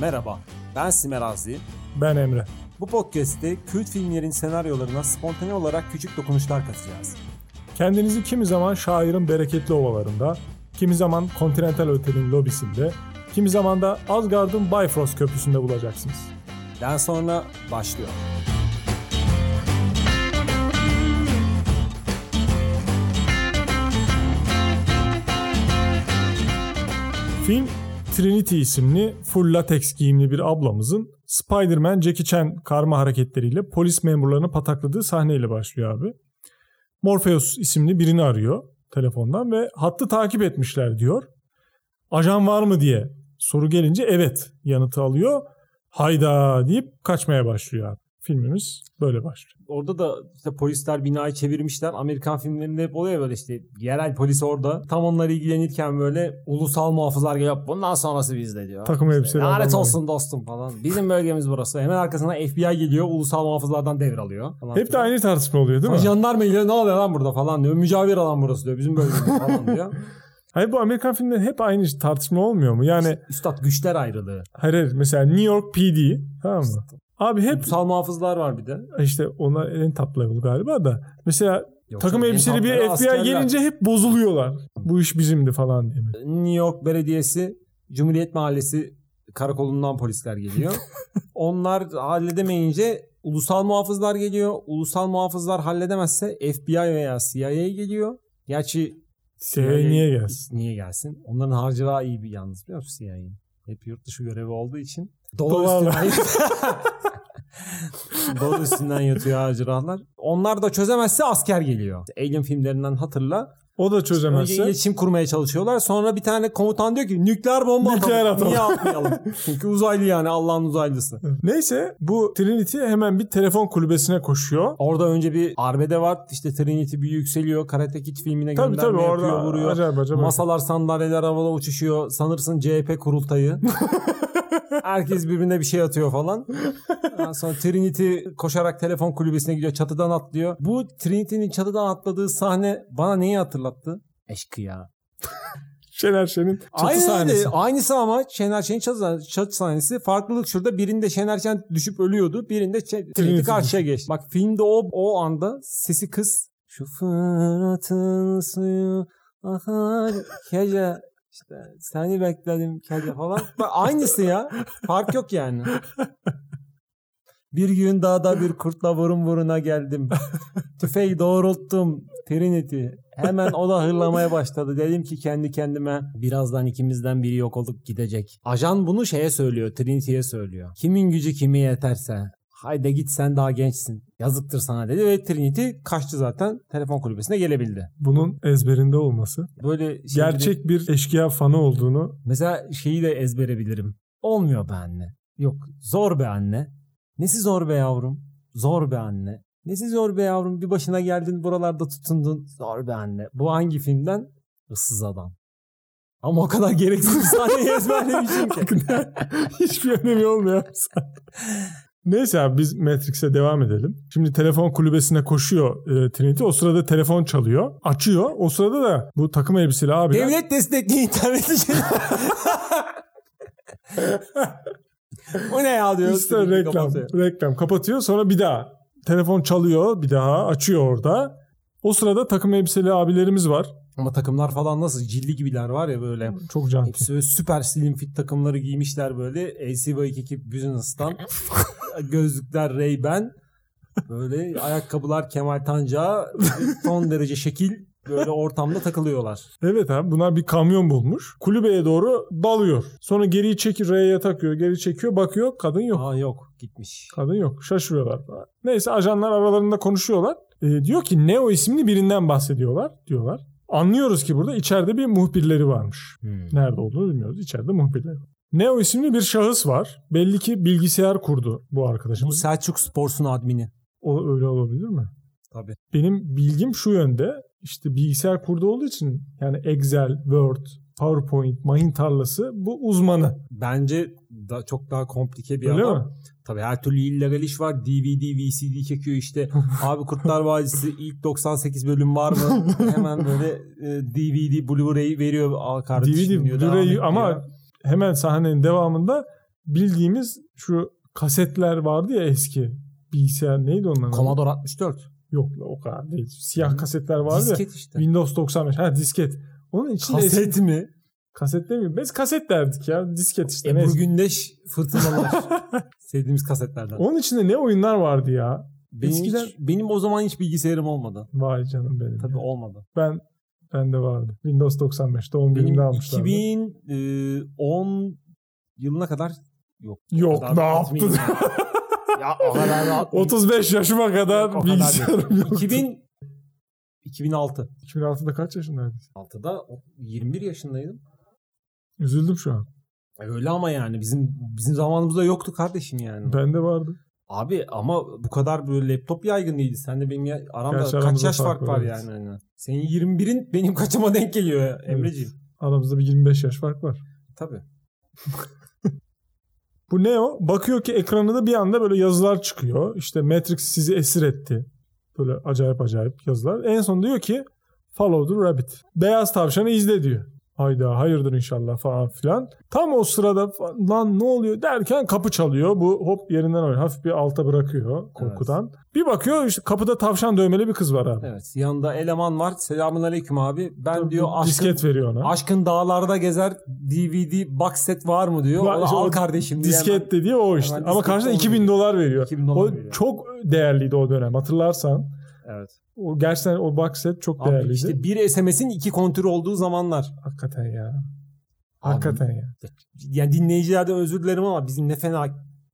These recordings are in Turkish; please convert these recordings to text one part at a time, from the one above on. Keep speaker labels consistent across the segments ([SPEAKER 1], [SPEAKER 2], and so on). [SPEAKER 1] Merhaba, ben Simer Azli.
[SPEAKER 2] Ben Emre.
[SPEAKER 1] Bu podcast'te kült filmlerin senaryolarına spontane olarak küçük dokunuşlar katacağız.
[SPEAKER 2] Kendinizi kimi zaman şairin bereketli ovalarında, kimi zaman Continental Otel'in lobisinde, kimi zaman da Asgard'ın Bifrost Köprüsü'nde bulacaksınız.
[SPEAKER 1] Den sonra başlıyor.
[SPEAKER 2] Film Trinity isimli full latex giyimli bir ablamızın Spider-Man Jackie Chan karma hareketleriyle polis memurlarını patakladığı sahneyle başlıyor abi. Morpheus isimli birini arıyor telefondan ve hattı takip etmişler diyor. Ajan var mı diye soru gelince evet yanıtı alıyor. Hayda deyip kaçmaya başlıyor abi. Filmimiz böyle başlıyor.
[SPEAKER 1] Orada da işte polisler binayı çevirmişler. Amerikan filmlerinde hep oluyor böyle işte yerel polis orada. Tam onları ilgilenirken böyle ulusal muhafızlar gelip bundan sonrası bizde diyor.
[SPEAKER 2] Takım elbiseli
[SPEAKER 1] Lanet
[SPEAKER 2] adamlar.
[SPEAKER 1] olsun dostum falan. Bizim bölgemiz burası. Hemen arkasına FBI geliyor. Ulusal muhafızlardan devralıyor. Falan
[SPEAKER 2] Hep de aynı tartışma oluyor değil mi?
[SPEAKER 1] Değil Jandarma geliyor ne oluyor lan burada falan diyor. Mücavir alan burası diyor. Bizim bölgemiz falan diyor.
[SPEAKER 2] Hayır bu Amerikan filmlerinde hep aynı tartışma olmuyor mu? Yani
[SPEAKER 1] Üstad güçler ayrılığı.
[SPEAKER 2] hayır, hayır mesela New York PD tamam mı? Abi hep
[SPEAKER 1] Kutsal muhafızlar var bir de.
[SPEAKER 2] işte onlar en top level galiba da. Mesela
[SPEAKER 1] Yoksa
[SPEAKER 2] takım
[SPEAKER 1] en
[SPEAKER 2] elbiseli bir
[SPEAKER 1] topları
[SPEAKER 2] FBI
[SPEAKER 1] askerler.
[SPEAKER 2] gelince hep bozuluyorlar. Bu iş bizimdi falan diye.
[SPEAKER 1] New York Belediyesi Cumhuriyet Mahallesi karakolundan polisler geliyor. Onlar halledemeyince ulusal muhafızlar geliyor. Ulusal muhafızlar halledemezse FBI veya CIA geliyor. Gerçi
[SPEAKER 2] CIA niye gelsin?
[SPEAKER 1] Niye gelsin? Onların harcılığa iyi bir yalnız biliyor musun CIA'nin? Hep yurt dışı görevi olduğu için. Dolar
[SPEAKER 2] Dolarla.
[SPEAKER 1] üstünden, Dolar üstünden yatıyor harcırahlar. Onlar da çözemezse asker geliyor. Alien filmlerinden hatırla.
[SPEAKER 2] O da
[SPEAKER 1] Önce
[SPEAKER 2] çözemezse.
[SPEAKER 1] iletişim kurmaya çalışıyorlar. Sonra bir tane komutan diyor ki nükleer bomba
[SPEAKER 2] Nükleer
[SPEAKER 1] atalım.
[SPEAKER 2] atalım.
[SPEAKER 1] Niye atmayalım? Çünkü uzaylı yani Allah'ın uzaylısı.
[SPEAKER 2] Neyse bu Trinity hemen bir telefon kulübesine koşuyor.
[SPEAKER 1] Orada önce bir arbede var. İşte Trinity bir yükseliyor. Karate Kid filmine
[SPEAKER 2] Tabii
[SPEAKER 1] gönderme
[SPEAKER 2] tabii
[SPEAKER 1] yapıyor,
[SPEAKER 2] orada
[SPEAKER 1] vuruyor.
[SPEAKER 2] acayip acayip.
[SPEAKER 1] Masalar sandalyeler havada uçuşuyor. Sanırsın CHP kurultayı. Herkes birbirine bir şey atıyor falan. Ondan sonra Trinity koşarak telefon kulübesine gidiyor. Çatıdan atlıyor. Bu Trinity'nin çatıdan atladığı sahne bana neyi hatırlattı? Eşkıya.
[SPEAKER 2] Şener Şen'in çatı
[SPEAKER 1] Aynı
[SPEAKER 2] sahnesi.
[SPEAKER 1] Aynısı ama Şener Şen'in çatı, çatı sahnesi. Farklılık şurada birinde Şener Şen düşüp ölüyordu. Birinde Ç- Trinity
[SPEAKER 2] Trinity
[SPEAKER 1] karşıya geçti. Bak filmde o, o anda sesi kız. Şu fıratın suyu akar kece. İşte seni bekledim kece falan. Bak aynısı ya. Fark yok yani. Bir gün dağda bir kurtla vurun vuruna geldim. Tüfeği doğrulttum. Trinity. Hemen o da hırlamaya başladı. Dedim ki kendi kendime birazdan ikimizden biri yok olup gidecek. Ajan bunu şeye söylüyor. Trinity'ye söylüyor. Kimin gücü kimi yeterse. Haydi git sen daha gençsin. Yazıktır sana dedi ve Trinity kaçtı zaten. Telefon kulübesine gelebildi.
[SPEAKER 2] Bunun ezberinde olması.
[SPEAKER 1] Böyle şey gibi-
[SPEAKER 2] Gerçek bir eşkıya fanı olduğunu
[SPEAKER 1] Mesela şeyi de ezbere bilirim. Olmuyor be anne. Yok zor be anne. Nesi zor be yavrum? Zor be anne. Nesi zor be yavrum? Bir başına geldin buralarda tutundun. Zor be anne. Bu hangi filmden? Issız adam. Ama o kadar gereksiz bir sahneyi ezberlemişim ki.
[SPEAKER 2] Hiçbir önemi olmuyor. Neyse abi biz Matrix'e devam edelim. Şimdi telefon kulübesine koşuyor e, Trinity. O sırada telefon çalıyor. Açıyor. O sırada da bu takım elbiseli abi.
[SPEAKER 1] Devlet destekli internet için. o ne ya diyor.
[SPEAKER 2] İşte reklam.
[SPEAKER 1] Kapatıyor.
[SPEAKER 2] Reklam. Kapatıyor. Sonra bir daha. Telefon çalıyor. Bir daha. Açıyor orada. O sırada takım elbiseli abilerimiz var.
[SPEAKER 1] Ama takımlar falan nasıl cilli gibiler var ya böyle.
[SPEAKER 2] Çok can.
[SPEAKER 1] Hepsi böyle süper slim fit takımları giymişler böyle. AC 2 Business'tan. Gözlükler Ray-Ban. Böyle ayakkabılar Kemal Tanca. Son derece şekil. Böyle ortamda takılıyorlar.
[SPEAKER 2] Evet abi bunlar bir kamyon bulmuş. Kulübeye doğru dalıyor. Sonra geriyi çekiyor. R'ye takıyor. Geri çekiyor. Bakıyor. Kadın yok.
[SPEAKER 1] Aa yok gitmiş.
[SPEAKER 2] Kadın yok. Şaşırıyorlar. falan. Neyse ajanlar aralarında konuşuyorlar. Ee, diyor ki Neo isimli birinden bahsediyorlar diyorlar. Anlıyoruz ki burada içeride bir muhbirleri varmış.
[SPEAKER 1] Hmm.
[SPEAKER 2] Nerede olduğunu bilmiyoruz. İçeride muhbirleri var. Neo isimli bir şahıs var. Belli ki bilgisayar kurdu bu
[SPEAKER 1] Bu
[SPEAKER 2] arkadaşımız.
[SPEAKER 1] Selçuk Sports'un admini.
[SPEAKER 2] O öyle olabilir mi?
[SPEAKER 1] Tabii.
[SPEAKER 2] Benim bilgim şu yönde. İşte bilgisayar kurdu olduğu için yani Excel, Word, PowerPoint, mayın tarlası bu uzmanı.
[SPEAKER 1] Bence da çok daha komplike bir
[SPEAKER 2] Öyle
[SPEAKER 1] adam.
[SPEAKER 2] mi?
[SPEAKER 1] Tabii her türlü illegal iş var. DVD, VCD çekiyor işte. Abi Kurtlar Vadisi ilk 98 bölüm var mı? Hemen böyle e, DVD, Blu-ray veriyor. Al kardeşim
[SPEAKER 2] DVD,
[SPEAKER 1] diyor, devam et
[SPEAKER 2] Blu-ray
[SPEAKER 1] diyor.
[SPEAKER 2] ama hemen sahnenin devamında bildiğimiz şu kasetler vardı ya eski bilgisayar neydi onların? adı?
[SPEAKER 1] Commodore 64.
[SPEAKER 2] Yok la, o kadar değil. Siyah kasetler vardı ya.
[SPEAKER 1] Disket işte.
[SPEAKER 2] Windows 95. Ha disket. Onun içinde eski-
[SPEAKER 1] Kaset mi?
[SPEAKER 2] kaset demiyor. Biz kaset derdik ya. Disket işte.
[SPEAKER 1] Ebru
[SPEAKER 2] neyse.
[SPEAKER 1] Gündeş fırtınalar. Sevdiğimiz kasetlerden.
[SPEAKER 2] Onun içinde ne oyunlar vardı ya?
[SPEAKER 1] benim, hiç-
[SPEAKER 2] eskiden-
[SPEAKER 1] benim o zaman hiç bilgisayarım olmadı.
[SPEAKER 2] Vay canım benim.
[SPEAKER 1] Tabii olmadı.
[SPEAKER 2] Ben ben de vardı. Windows 95 doğum
[SPEAKER 1] Benim
[SPEAKER 2] günümde almışlardı.
[SPEAKER 1] 2010 yılına kadar yok. o
[SPEAKER 2] Yok,
[SPEAKER 1] kadar
[SPEAKER 2] ne
[SPEAKER 1] atmayayım
[SPEAKER 2] yaptın?
[SPEAKER 1] ya. ya o kadar rahat.
[SPEAKER 2] 35 yaşıma kadar
[SPEAKER 1] Yok, o kadar
[SPEAKER 2] bilgisayarım yok.
[SPEAKER 1] 2000 2006.
[SPEAKER 2] 2006'da kaç yaşındaydın?
[SPEAKER 1] 6'da 21 yaşındaydım.
[SPEAKER 2] Üzüldüm şu an.
[SPEAKER 1] E Öyle ama yani bizim bizim zamanımızda yoktu kardeşim yani.
[SPEAKER 2] Bende vardı.
[SPEAKER 1] Abi ama bu kadar böyle laptop yaygın değildi. Sen de benim ya- aramda
[SPEAKER 2] Gerçi
[SPEAKER 1] kaç
[SPEAKER 2] aramızda
[SPEAKER 1] yaş
[SPEAKER 2] fark
[SPEAKER 1] fark
[SPEAKER 2] var,
[SPEAKER 1] var
[SPEAKER 2] evet.
[SPEAKER 1] yani. hani. Senin 21'in benim kaçıma denk geliyor ya, Emreciğim.
[SPEAKER 2] Aramızda bir 25 yaş fark var.
[SPEAKER 1] Tabii.
[SPEAKER 2] Bu ne o? Bakıyor ki ekranında bir anda böyle yazılar çıkıyor. İşte Matrix sizi esir etti. Böyle acayip acayip yazılar. En son diyor ki Follow the Rabbit. Beyaz tavşanı izle diyor. Hayda hayırdır inşallah falan filan. Tam o sırada fa- lan ne oluyor derken kapı çalıyor. Bu hop yerinden oynuyor. Hafif bir alta bırakıyor korkudan. Bir bakıyor işte kapıda tavşan dövmeli bir kız var abi.
[SPEAKER 1] Evet. Yanında eleman var. Selamun aleyküm abi. Ben diyor aşkın,
[SPEAKER 2] disket veriyor ona.
[SPEAKER 1] aşkın dağlarda gezer DVD box set var mı diyor.
[SPEAKER 2] Var,
[SPEAKER 1] Ona
[SPEAKER 2] işte o
[SPEAKER 1] al kardeşim diye. hemen-
[SPEAKER 2] Disket dediği o işte.
[SPEAKER 1] Hemen
[SPEAKER 2] Ama
[SPEAKER 1] disket
[SPEAKER 2] karşılığında
[SPEAKER 1] olmuyor.
[SPEAKER 2] 2000 dolar veriyor.
[SPEAKER 1] 2000
[SPEAKER 2] o
[SPEAKER 1] dolar veriyor.
[SPEAKER 2] çok değerliydi o dönem hatırlarsan.
[SPEAKER 1] Evet.
[SPEAKER 2] O gerçekten o box set çok
[SPEAKER 1] Abi
[SPEAKER 2] değerliydi.
[SPEAKER 1] işte bir SMS'in iki kontürü olduğu zamanlar.
[SPEAKER 2] Hakikaten ya. Hakikaten ya.
[SPEAKER 1] Yani dinleyicilerden özür dilerim ama bizim ne fena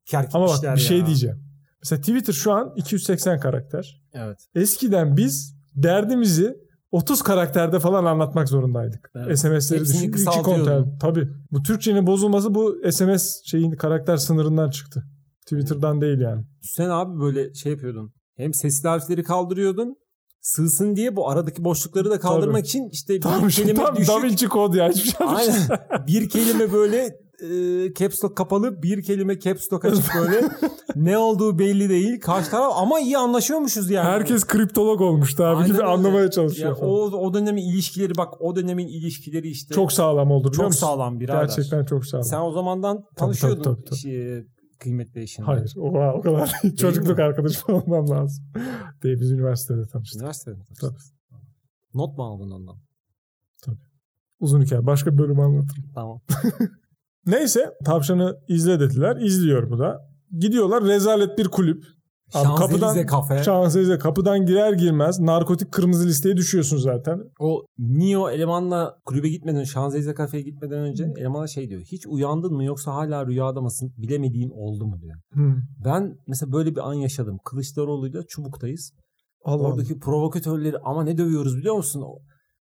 [SPEAKER 1] kerk
[SPEAKER 2] Ama bak
[SPEAKER 1] işler
[SPEAKER 2] bir şey
[SPEAKER 1] ya.
[SPEAKER 2] diyeceğim. Mesela Twitter şu an 280 karakter.
[SPEAKER 1] Evet.
[SPEAKER 2] Eskiden biz derdimizi 30 karakterde falan anlatmak zorundaydık.
[SPEAKER 1] Evet.
[SPEAKER 2] SMS'leri
[SPEAKER 1] Hepsini
[SPEAKER 2] düşün. iki
[SPEAKER 1] kısaltıyordun.
[SPEAKER 2] konten. Tabii. Bu Türkçenin bozulması bu SMS şeyin karakter sınırından çıktı. Twitter'dan değil yani.
[SPEAKER 1] Sen abi böyle şey yapıyordun. Hem sesli harfleri kaldırıyordun. Sığsın diye bu aradaki boşlukları da kaldırmak için işte bir
[SPEAKER 2] Tam, şu,
[SPEAKER 1] kelime
[SPEAKER 2] tam
[SPEAKER 1] düşük.
[SPEAKER 2] Da Vinci kod ya. Hiçbir şey yok.
[SPEAKER 1] Aynen. bir kelime böyle e, caps lock kapalı bir kelime caps lock açık böyle. ne olduğu belli değil. Karşı taraf ama iyi anlaşıyormuşuz yani.
[SPEAKER 2] Herkes kriptolog olmuştu abi
[SPEAKER 1] Aynen
[SPEAKER 2] gibi
[SPEAKER 1] öyle.
[SPEAKER 2] anlamaya
[SPEAKER 1] Ya
[SPEAKER 2] çalışıyor. falan.
[SPEAKER 1] o, o dönemin ilişkileri bak o dönemin ilişkileri işte.
[SPEAKER 2] çok sağlam oldu biliyor
[SPEAKER 1] çok
[SPEAKER 2] musun?
[SPEAKER 1] sağlam birader.
[SPEAKER 2] Gerçekten çok sağlam.
[SPEAKER 1] Sen o zamandan tanışıyordun
[SPEAKER 2] tabii, tabii.
[SPEAKER 1] şey, kıymetli eşinle.
[SPEAKER 2] Hayır. Oha, o kadar değil. çocukluk arkadaşım olmam lazım. Değil biz üniversitede tanıştık.
[SPEAKER 1] Üniversitede mi tanıştın?
[SPEAKER 2] Tabii.
[SPEAKER 1] Not mu aldın ondan?
[SPEAKER 2] Uzun hikaye. Başka bir bölüm anlatırım.
[SPEAKER 1] Tamam.
[SPEAKER 2] Neyse tavşanı izle dediler. İzliyor bu da. Gidiyorlar rezalet bir kulüp. Abi
[SPEAKER 1] Şanzelize
[SPEAKER 2] kapıdan
[SPEAKER 1] kafe.
[SPEAKER 2] Şanzelize kapıdan girer girmez narkotik kırmızı listeye düşüyorsun zaten.
[SPEAKER 1] o Neo elemanla kulübe gitmeden Şanzelize kafeye gitmeden önce elemana şey diyor. Hiç uyandın mı yoksa hala rüyada mısın? Bilemediğin oldu mu diyor.
[SPEAKER 2] Hmm.
[SPEAKER 1] Ben mesela böyle bir an yaşadım. Kılıçdaroğlu'yla Çubuk'tayız.
[SPEAKER 2] Allah Allah.
[SPEAKER 1] Oradaki provokatörleri ama ne dövüyoruz biliyor musun? O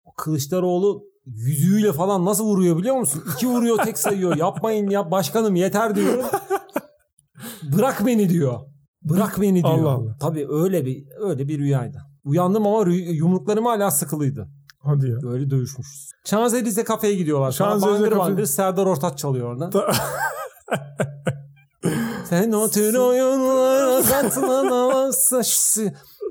[SPEAKER 1] o Kılıçdaroğlu yüzüğüyle falan nasıl vuruyor biliyor musun? İki vuruyor tek sayıyor. Yapmayın ya başkanım yeter diyor. Bırak beni diyor. Bırak beni diyor.
[SPEAKER 2] Allah Allah.
[SPEAKER 1] Tabii öyle bir öyle bir rüyaydı. Uyandım ama rüy- yumruklarım hala sıkılıydı.
[SPEAKER 2] Hadi ya.
[SPEAKER 1] Böyle dövüşmüşüz. Şanzelize kafeye gidiyorlar. Şanzelize
[SPEAKER 2] Şanzelize
[SPEAKER 1] bangır
[SPEAKER 2] kafe-
[SPEAKER 1] bangır Serdar Ortaç çalıyor orada.
[SPEAKER 2] Ta-
[SPEAKER 1] Sen o tür oyunlara katılamazsın. Şşş.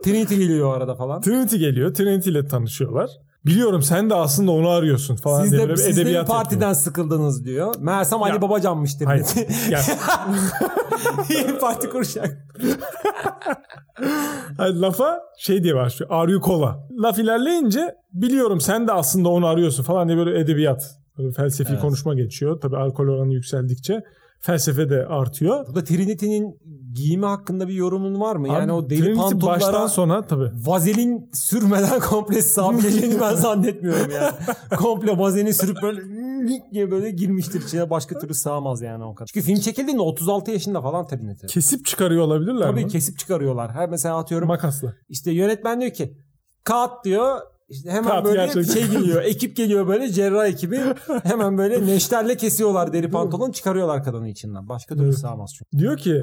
[SPEAKER 1] Trinity geliyor arada falan.
[SPEAKER 2] Trinity geliyor. Trinity ile tanışıyorlar. Biliyorum sen de aslında onu arıyorsun falan
[SPEAKER 1] Siz
[SPEAKER 2] diye böyle
[SPEAKER 1] de,
[SPEAKER 2] bir
[SPEAKER 1] siz de bir
[SPEAKER 2] edebiyat
[SPEAKER 1] partiden sıkıldınız diyor. Meğersem Ali
[SPEAKER 2] Ya-
[SPEAKER 1] Babacan'mış dedi.
[SPEAKER 2] yapıyor. Hayır. Ya,
[SPEAKER 1] Yeni parti kuracak.
[SPEAKER 2] Hayır, lafa şey diye başlıyor. Are you cola? Laf ilerleyince biliyorum sen de aslında onu arıyorsun falan diye böyle edebiyat, böyle felsefi
[SPEAKER 1] Evet.
[SPEAKER 2] konuşma geçiyor. Tabii alkol oranı yükseldikçe felsefe de artıyor.
[SPEAKER 1] Burada Trinity'nin giyimi hakkında bir yorumun var mı? Yani
[SPEAKER 2] Abi,
[SPEAKER 1] o deli
[SPEAKER 2] Trinity baştan
[SPEAKER 1] pantolonlara
[SPEAKER 2] sona tabii.
[SPEAKER 1] vazelin sürmeden komple sığabileceğini ben zannetmiyorum yani. komple vazelini sürüp böyle lik diye böyle girmiştir içine. Başka türlü sığamaz yani o kadar. Çünkü film çekildiğinde 36 yaşında falan Trinity.
[SPEAKER 2] Kesip çıkarıyor olabilirler
[SPEAKER 1] Tabii
[SPEAKER 2] mi?
[SPEAKER 1] kesip çıkarıyorlar. Her mesela atıyorum
[SPEAKER 2] Makasla.
[SPEAKER 1] İşte yönetmen diyor ki kat diyor. İşte hemen
[SPEAKER 2] Kat
[SPEAKER 1] böyle
[SPEAKER 2] gerçekten.
[SPEAKER 1] şey geliyor. Ekip geliyor böyle cerrah ekibi. Hemen böyle neşterle kesiyorlar deri pantolon çıkarıyorlar kadının içinden. Başka türlü
[SPEAKER 2] Evet.
[SPEAKER 1] sığamaz çünkü.
[SPEAKER 2] Diyor ki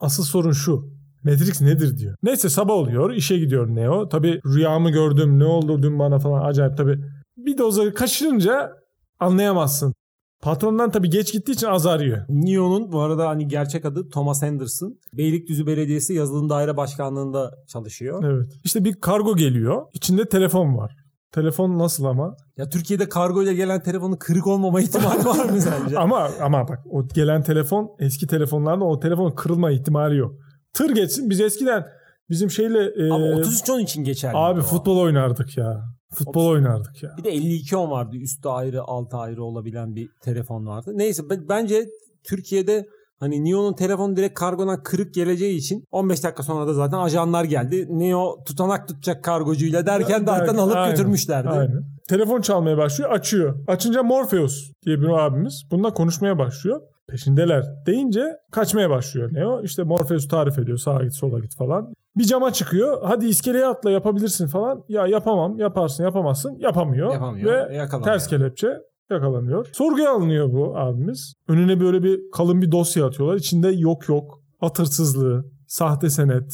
[SPEAKER 2] asıl sorun şu. Matrix nedir diyor. Neyse sabah oluyor işe gidiyor Neo. Tabii rüyamı gördüm ne oldu dün bana falan acayip tabii. Bir doza kaçırınca anlayamazsın. Patrondan tabii geç gittiği için azar yiyor.
[SPEAKER 1] Neo'nun bu arada hani gerçek adı Thomas Anderson. Beylikdüzü Belediyesi yazılım daire başkanlığında çalışıyor.
[SPEAKER 2] Evet. İşte bir kargo geliyor. İçinde telefon var. Telefon nasıl ama?
[SPEAKER 1] Ya Türkiye'de kargoyla gelen telefonun kırık olmama ihtimali var mı sence?
[SPEAKER 2] Ama ama bak o gelen telefon eski telefonlarda o telefonun kırılma ihtimali yok. Tır geçsin biz eskiden bizim şeyle e,
[SPEAKER 1] Ama 33 10 için geçerli.
[SPEAKER 2] abi
[SPEAKER 1] O.
[SPEAKER 2] futbol oynardık ya. Futbol oynardık ya.
[SPEAKER 1] Bir de 52 10 vardı. Üstü ayrı, altı ayrı olabilen bir telefon vardı. Neyse b- bence Türkiye'de hani Neo'nun telefonu direkt kargodan kırık geleceği için 15 dakika sonra da zaten ajanlar geldi. Neo tutanak tutacak kargocuyla derken zaten
[SPEAKER 2] Derken,
[SPEAKER 1] alıp
[SPEAKER 2] aynen,
[SPEAKER 1] götürmüşlerdi.
[SPEAKER 2] Aynen. Telefon çalmaya başlıyor, açıyor. Açınca Morpheus diye bir abimiz bununla konuşmaya başlıyor. Peşindeler deyince kaçmaya başlıyor Neo. İşte Morpheus tarif ediyor sağa git sola git falan. Bir cama çıkıyor. Hadi iskeleye atla yapabilirsin falan. Ya yapamam, yaparsın, yapamazsın. Yapamıyor.
[SPEAKER 1] Yapamıyor.
[SPEAKER 2] Ve
[SPEAKER 1] yakalanıyor.
[SPEAKER 2] ters kelepçe yakalanıyor. Sorguya alınıyor bu abimiz. Önüne böyle bir kalın bir dosya atıyorlar. İçinde yok yok, atırsızlığı, sahte senet,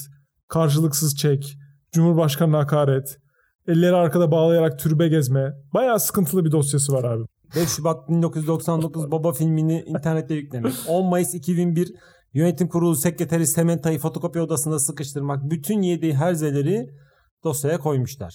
[SPEAKER 2] karşılıksız çek, Cumhurbaşkanı'na hakaret, elleri arkada bağlayarak türbe gezme. Bayağı sıkıntılı bir dosyası var abi.
[SPEAKER 1] 5 Şubat 1999 Baba filmini internette yüklemek. 10 Mayıs 2001 yönetim kurulu sekreteri Sementa'yı fotokopi odasında sıkıştırmak. Bütün yediği herzeleri dosyaya koymuşlar.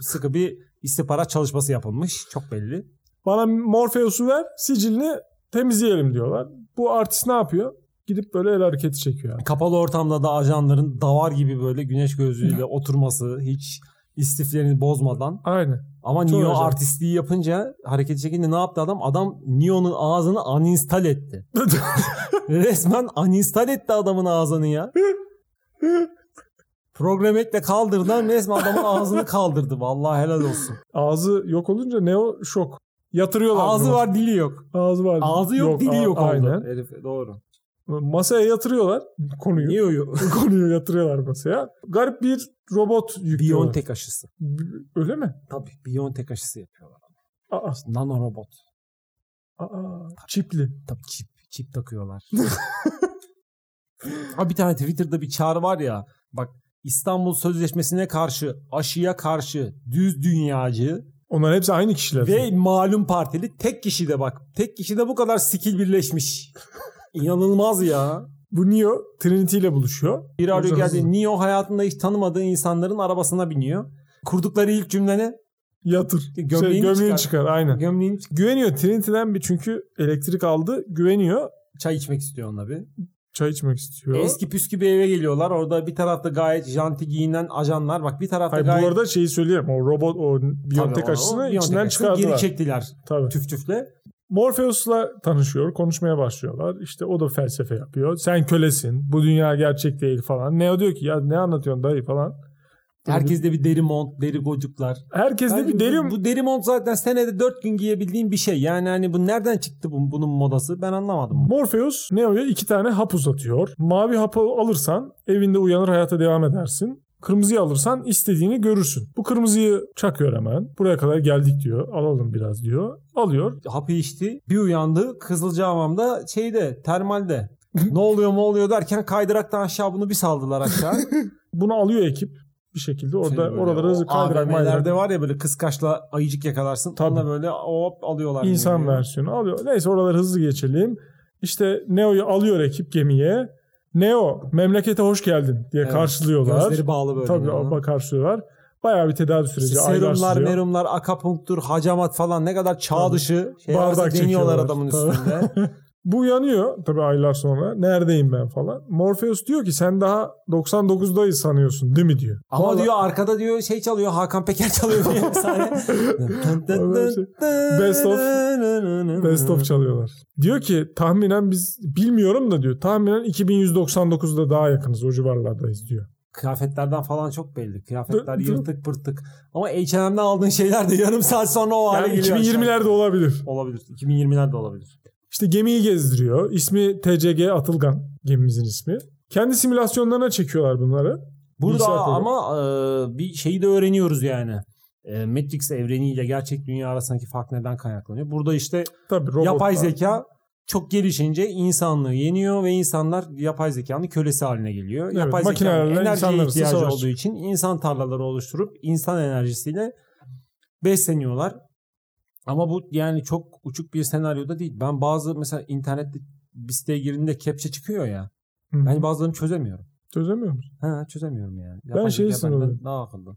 [SPEAKER 1] Sıkı bir istihbarat çalışması yapılmış. Çok belli.
[SPEAKER 2] Bana Morpheus'u ver, sicilini temizleyelim diyorlar. Bu artist ne yapıyor? Gidip böyle el hareketi çekiyor. abi.
[SPEAKER 1] Kapalı ortamda da ajanların davar gibi böyle güneş gözlüğüyle oturması hiç istiflerini bozmadan.
[SPEAKER 2] Aynen.
[SPEAKER 1] Ama
[SPEAKER 2] Çok
[SPEAKER 1] Neo
[SPEAKER 2] acayip.
[SPEAKER 1] artistliği yapınca hareketi çekince ne yaptı adam? Adam Neo'nun ağzını uninstall etti. Resmen uninstall etti adamın ağzını ya. Program ekle kaldırdılar resmen adamın ağzını kaldırdı. Vallahi helal olsun.
[SPEAKER 2] Ağzı yok olunca Neo şok. Yatırıyorlar.
[SPEAKER 1] Ağzı
[SPEAKER 2] bunu.
[SPEAKER 1] var dili yok.
[SPEAKER 2] Ağzı var.
[SPEAKER 1] Ağzı yok, dili
[SPEAKER 2] a-
[SPEAKER 1] yok oldu.
[SPEAKER 2] Aynen.
[SPEAKER 1] Herif, doğru.
[SPEAKER 2] Masaya yatırıyorlar konuyu.
[SPEAKER 1] Neo yok.
[SPEAKER 2] konuyu yatırıyorlar masaya. Garip bir robot yüklüyorlar.
[SPEAKER 1] Biontech aşısı.
[SPEAKER 2] B- Öyle mi?
[SPEAKER 1] Tabii Biontech aşısı yapıyorlar.
[SPEAKER 2] Aa,
[SPEAKER 1] İşte nanorobot.
[SPEAKER 2] aa, çipli.
[SPEAKER 1] Tabii çip, çip takıyorlar. ha bir tane Twitter'da bir çağrı var ya. Bak İstanbul Sözleşmesi'ne karşı, aşıya karşı düz dünyacı
[SPEAKER 2] Onlar hepsi aynı kişiler.
[SPEAKER 1] ve malum partili tek kişi de bak. Tek kişi de bu kadar skill birleşmiş. İnanılmaz ya.
[SPEAKER 2] Bu Neo Trinity ile buluşuyor.
[SPEAKER 1] Bir arıyor
[SPEAKER 2] Hızlı hızlı.
[SPEAKER 1] geldi. Neo hayatında hiç tanımadığı insanların arabasına biniyor. Kurdukları ilk cümle ne?
[SPEAKER 2] Yatır. Şey,
[SPEAKER 1] Gömleğini
[SPEAKER 2] gömleğini
[SPEAKER 1] çıkar.
[SPEAKER 2] çıkar. Aynen.
[SPEAKER 1] Gömleğini
[SPEAKER 2] Güveniyor Trinity'den bir çünkü elektrik aldı. Güveniyor.
[SPEAKER 1] çay içmek istiyor onunla bir.
[SPEAKER 2] Çay içmek istiyor.
[SPEAKER 1] Eski püskü bir eve geliyorlar. Orada bir tarafta gayet janti giyinen ajanlar. Bak bir tarafta
[SPEAKER 2] Hayır,
[SPEAKER 1] gayet...
[SPEAKER 2] bu arada şeyi söyleyeyim. O robot, o
[SPEAKER 1] Tabii,
[SPEAKER 2] biyontek
[SPEAKER 1] o-
[SPEAKER 2] aşısını
[SPEAKER 1] o
[SPEAKER 2] içinden
[SPEAKER 1] Biontech aşısını
[SPEAKER 2] çıkardılar.
[SPEAKER 1] Geri çektiler
[SPEAKER 2] Tabii.
[SPEAKER 1] tüf tüfle.
[SPEAKER 2] Morpheus'la tanışıyor, konuşmaya başlıyorlar. İşte o da felsefe yapıyor. Sen kölesin, bu dünya gerçek değil falan. Neo diyor ki ya ne anlatıyorsun dayı falan.
[SPEAKER 1] Herkeste bir deri mont, deri gocuklar.
[SPEAKER 2] Herkes de
[SPEAKER 1] Yani
[SPEAKER 2] bir derim.
[SPEAKER 1] Bu deri mont zaten senede 4 gün giyebildiğin bir şey. Yani hani bu nereden çıktı bu, bunun modası ben anlamadım.
[SPEAKER 2] Morpheus Neo'ya iki tane hap uzatıyor. Mavi hapı alırsan evinde uyanır hayata devam edersin. Kırmızıyı alırsan istediğini görürsün. Bu kırmızıyı çakıyor hemen. Buraya kadar geldik diyor. Alalım biraz diyor. Alıyor.
[SPEAKER 1] Hapı içti. Bir uyandı. Kızılcahamam'da şeyde termalde. ne oluyor ne oluyor derken kaydıraktan aşağı bunu bir saldılar aşağı.
[SPEAKER 2] Bunu alıyor ekip bir şekilde. Orada
[SPEAKER 1] Şey böyle,
[SPEAKER 2] oraları
[SPEAKER 1] o
[SPEAKER 2] kaydırak maydırak.
[SPEAKER 1] AVM'lerde var ya böyle kıskaçla ayıcık yakalarsın.
[SPEAKER 2] Tabii.
[SPEAKER 1] Onunla böyle hop alıyorlar.
[SPEAKER 2] İnsan
[SPEAKER 1] böyle.
[SPEAKER 2] versiyonu alıyor. Neyse oraları hızlı geçelim. İşte Neo'yu alıyor ekip gemiye. Neo memlekete hoş geldin diye
[SPEAKER 1] Evet,
[SPEAKER 2] karşılıyorlar.
[SPEAKER 1] Gözleri bağlı böyle.
[SPEAKER 2] Tabii
[SPEAKER 1] yani.
[SPEAKER 2] ama karşılıyorlar. Bayağı bir tedavi süreci.
[SPEAKER 1] İşte
[SPEAKER 2] aylar
[SPEAKER 1] serumlar,
[SPEAKER 2] sürüyor.
[SPEAKER 1] merumlar, akapunktur, hacamat falan ne kadar çağ
[SPEAKER 2] Tabii.
[SPEAKER 1] dışı şey
[SPEAKER 2] Bardak
[SPEAKER 1] varsa deniyorlar
[SPEAKER 2] çekiyorlar.
[SPEAKER 1] adamın
[SPEAKER 2] Tabii.
[SPEAKER 1] üstünde.
[SPEAKER 2] Bu yanıyor tabii aylar sonra. Neredeyim ben falan. Morpheus diyor ki sen daha 99'dayız sanıyorsun değil mi diyor.
[SPEAKER 1] Ama
[SPEAKER 2] Vallahi
[SPEAKER 1] diyor arkada diyor şey çalıyor Hakan Peker çalıyor diye bir sahne.
[SPEAKER 2] Vallahi şey, best of- Best of çalıyorlar. Diyor ki tahminen biz bilmiyorum da diyor. Tahminen 2199'da daha yakınız o civarlardayız diyor.
[SPEAKER 1] Kıyafetlerden falan çok belli. Kıyafetler
[SPEAKER 2] Dur, dur.
[SPEAKER 1] yırtık pırtık. Ama H&M'den aldığın şeyler de yarım saat sonra o hale
[SPEAKER 2] Yani
[SPEAKER 1] geliyor.
[SPEAKER 2] 2020'lerde olabilir.
[SPEAKER 1] olabilir. 2020'lerde olabilir.
[SPEAKER 2] İşte gemiyi gezdiriyor. İsmi TCG Atılgan gemimizin ismi. Kendi simülasyonlarına çekiyorlar bunları.
[SPEAKER 1] Burada
[SPEAKER 2] Bilgisayar programı.
[SPEAKER 1] ama e, bir şeyi de öğreniyoruz yani. E, Matrix evreniyle gerçek dünya arasındaki fark neden kaynaklanıyor? Burada işte
[SPEAKER 2] Tabii robotlar.
[SPEAKER 1] yapay zeka çok gelişince insanlığı yeniyor ve insanlar yapay zekanın kölesi haline geliyor.
[SPEAKER 2] Evet,
[SPEAKER 1] yapay zekanın
[SPEAKER 2] makinelerle insanlar
[SPEAKER 1] enerjiye
[SPEAKER 2] arasında
[SPEAKER 1] ihtiyacı
[SPEAKER 2] savaş.
[SPEAKER 1] olduğu için insan tarlaları oluşturup insan enerjisiyle besleniyorlar. Ama bu yani çok uçuk bir senaryoda değil. Ben bazı mesela internette bir siteye girdiğinde captcha çıkıyor ya.
[SPEAKER 2] Hı.
[SPEAKER 1] Ben bazılarını çözemiyorum.
[SPEAKER 2] Çözemiyor musun?
[SPEAKER 1] Ha çözemiyorum yani.
[SPEAKER 2] Ben
[SPEAKER 1] zeka
[SPEAKER 2] şeyi
[SPEAKER 1] benden
[SPEAKER 2] sanıyorum.
[SPEAKER 1] Daha akıllı.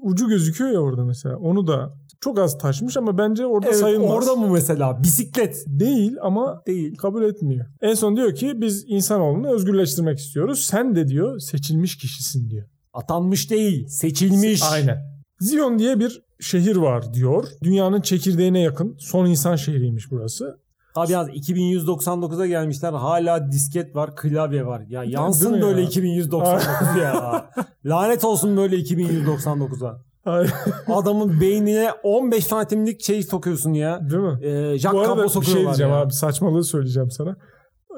[SPEAKER 2] ucu gözüküyor ya orada mesela. Onu da çok az taşmış ama bence orada
[SPEAKER 1] Evet,
[SPEAKER 2] sayılmaz.
[SPEAKER 1] orada mı mesela? Bisiklet.
[SPEAKER 2] Değil ama
[SPEAKER 1] Değil.
[SPEAKER 2] kabul etmiyor. En son diyor ki biz insanoğlunu özgürleştirmek istiyoruz. Sen de diyor seçilmiş kişisin diyor.
[SPEAKER 1] Atanmış değil. Seçilmiş.
[SPEAKER 2] Aynen. Zion diye bir şehir var diyor. Dünyanın çekirdeğine yakın. Son insan şehriymiş burası.
[SPEAKER 1] Abi yalnız 2199'a gelmişler. Hala disket var, klavye var. Ya
[SPEAKER 2] Değil
[SPEAKER 1] yansın
[SPEAKER 2] mi
[SPEAKER 1] böyle
[SPEAKER 2] ya?
[SPEAKER 1] 2199 ya. Lanet olsun böyle 2199'a.
[SPEAKER 2] Ay,
[SPEAKER 1] Adamın beynine 15 santimlik şey sokuyorsun ya.
[SPEAKER 2] Değil mi?
[SPEAKER 1] Ee, Jack
[SPEAKER 2] Bu
[SPEAKER 1] kablo
[SPEAKER 2] arada bir şey
[SPEAKER 1] sokuyorlar
[SPEAKER 2] diyeceğim
[SPEAKER 1] ya.
[SPEAKER 2] abi saçmalığı söyleyeceğim sana.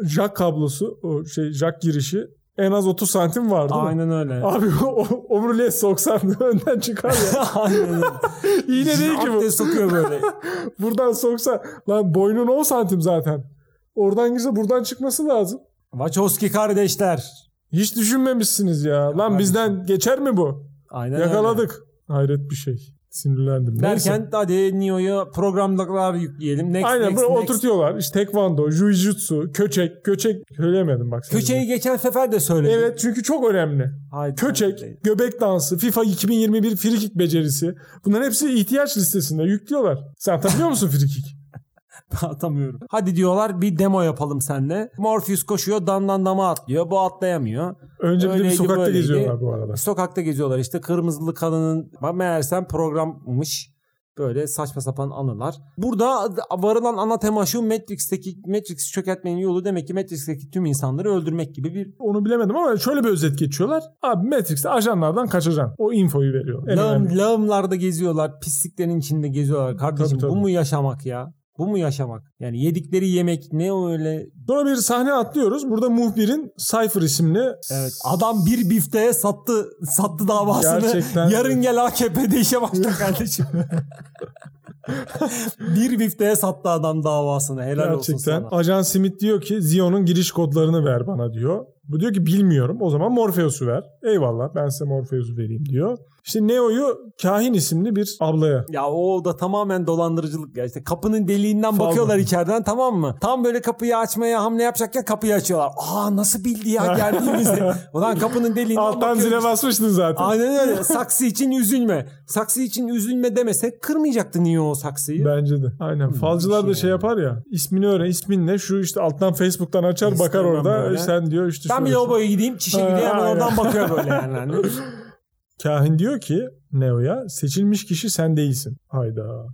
[SPEAKER 2] Jack kablosu o şey jack girişi en az 30 santim var değil mi?
[SPEAKER 1] Aynen öyle.
[SPEAKER 2] Abi o omuriliğe soksan önden çıkar ya.
[SPEAKER 1] Aynen öyle.
[SPEAKER 2] İğne değil ki
[SPEAKER 1] Jack
[SPEAKER 2] bu.
[SPEAKER 1] de sokuyor böyle.
[SPEAKER 2] Buradan soksa lan boynun 10 santim zaten. Oradan girse buradan çıkması lazım.
[SPEAKER 1] Wachowski kardeşler.
[SPEAKER 2] Hiç düşünmemişsiniz ya. lan
[SPEAKER 1] kardeşim.
[SPEAKER 2] bizden geçer mi bu?
[SPEAKER 1] Aynen öyle.
[SPEAKER 2] Yakaladık. Hayret bir şey. Sinirlendim. Neyse.
[SPEAKER 1] Derken hadi Neo'ya programlar yükleyelim. Next,
[SPEAKER 2] Aynen
[SPEAKER 1] next,
[SPEAKER 2] buraya
[SPEAKER 1] next.
[SPEAKER 2] oturtuyorlar. İşte tekvando, jujutsu, köçek. Köçek söyleyemedim bak. sen
[SPEAKER 1] Köçeyi geçen sefer de
[SPEAKER 2] de.
[SPEAKER 1] söyledim.
[SPEAKER 2] Evet çünkü çok önemli.
[SPEAKER 1] Haydi.
[SPEAKER 2] Köçek, göbek dansı, FIFA 2021 frikik becerisi. Bunların hepsi ihtiyaç listesinde yüklüyorlar. Sen hatırlıyor musun frikik?
[SPEAKER 1] Atamıyorum. Hadi diyorlar bir demo yapalım seninle. Morpheus koşuyor damdan dama atlıyor. Bu atlayamıyor.
[SPEAKER 2] Önce bir de bir
[SPEAKER 1] Öyleydi,
[SPEAKER 2] sokakta
[SPEAKER 1] böyleydi.
[SPEAKER 2] geziyorlar bu arada.
[SPEAKER 1] Sokakta geziyorlar işte kırmızılı kadının meğersem programmış. Böyle saçma sapan anılar. Burada varılan ana tema şu Matrix'teki Matrix çökertmenin yolu demek ki Matrix'teki tüm insanları öldürmek gibi bir
[SPEAKER 2] Onu bilemedim ama şöyle bir özet geçiyorlar. Abi Matrix'te ajanlardan kaçacaksın. O infoyu veriyor. En önemli.
[SPEAKER 1] lağım, lağımlarda geziyorlar. Pisliklerin içinde geziyorlar. Kardeşim
[SPEAKER 2] Tabii, tabii.
[SPEAKER 1] bu mu yaşamak ya? Bu mu yaşamak? Yani yedikleri yemek ne öyle?
[SPEAKER 2] Sonra bir sahne atlıyoruz. Burada muhbirin Cypher isimli
[SPEAKER 1] Evet. Adam bir bifteye sattı sattı davasını.
[SPEAKER 2] Gerçekten.
[SPEAKER 1] Yarın gel AKP'de işe başla kardeşim. bir bifteye sattı adam davasını. Helal olsun
[SPEAKER 2] Gerçekten.
[SPEAKER 1] sana.
[SPEAKER 2] Ajan Smith diyor ki Zion'un giriş kodlarını ver bana diyor. Bu diyor ki bilmiyorum. O zaman Morpheus'u ver. Eyvallah ben size Morpheus'u vereyim diyor. İşte Neo'yu Kahin isimli bir ablaya.
[SPEAKER 1] Ya o da tamamen dolandırıcılık ya. İşte kapının deliğinden
[SPEAKER 2] Fazla.
[SPEAKER 1] bakıyorlar içeriden tamam mı? Tam böyle kapıyı açmaya hamle yapacakken kapıyı açıyorlar. Aa nasıl bildi ya geldiğimizi. Ulan kapının deliğinden
[SPEAKER 2] Alttan
[SPEAKER 1] bakıyormuş.
[SPEAKER 2] zile basmıştın zaten.
[SPEAKER 1] Aynen öyle. Saksı için üzülme. Saksı için üzülme demese kırmayacaktı niye o saksıyı?
[SPEAKER 2] Bence de. Aynen. Falcılar
[SPEAKER 1] bir
[SPEAKER 2] da
[SPEAKER 1] şey
[SPEAKER 2] şey
[SPEAKER 1] yani.
[SPEAKER 2] yapar ya. İsmini öğren. ismin ne? Şu işte alttan Facebook'tan açar
[SPEAKER 1] Instagram
[SPEAKER 2] bakar orada.
[SPEAKER 1] böyle.
[SPEAKER 2] Sen diyor işte
[SPEAKER 1] Ben bir
[SPEAKER 2] şöyle-
[SPEAKER 1] lavaboya gideyim çişe
[SPEAKER 2] Ha,
[SPEAKER 1] gideyim hemen
[SPEAKER 2] aynen.
[SPEAKER 1] oradan bakıyor böyle yani. Hani
[SPEAKER 2] Kahin diyor ki Neo'ya seçilmiş kişi sen değilsin. Hayda.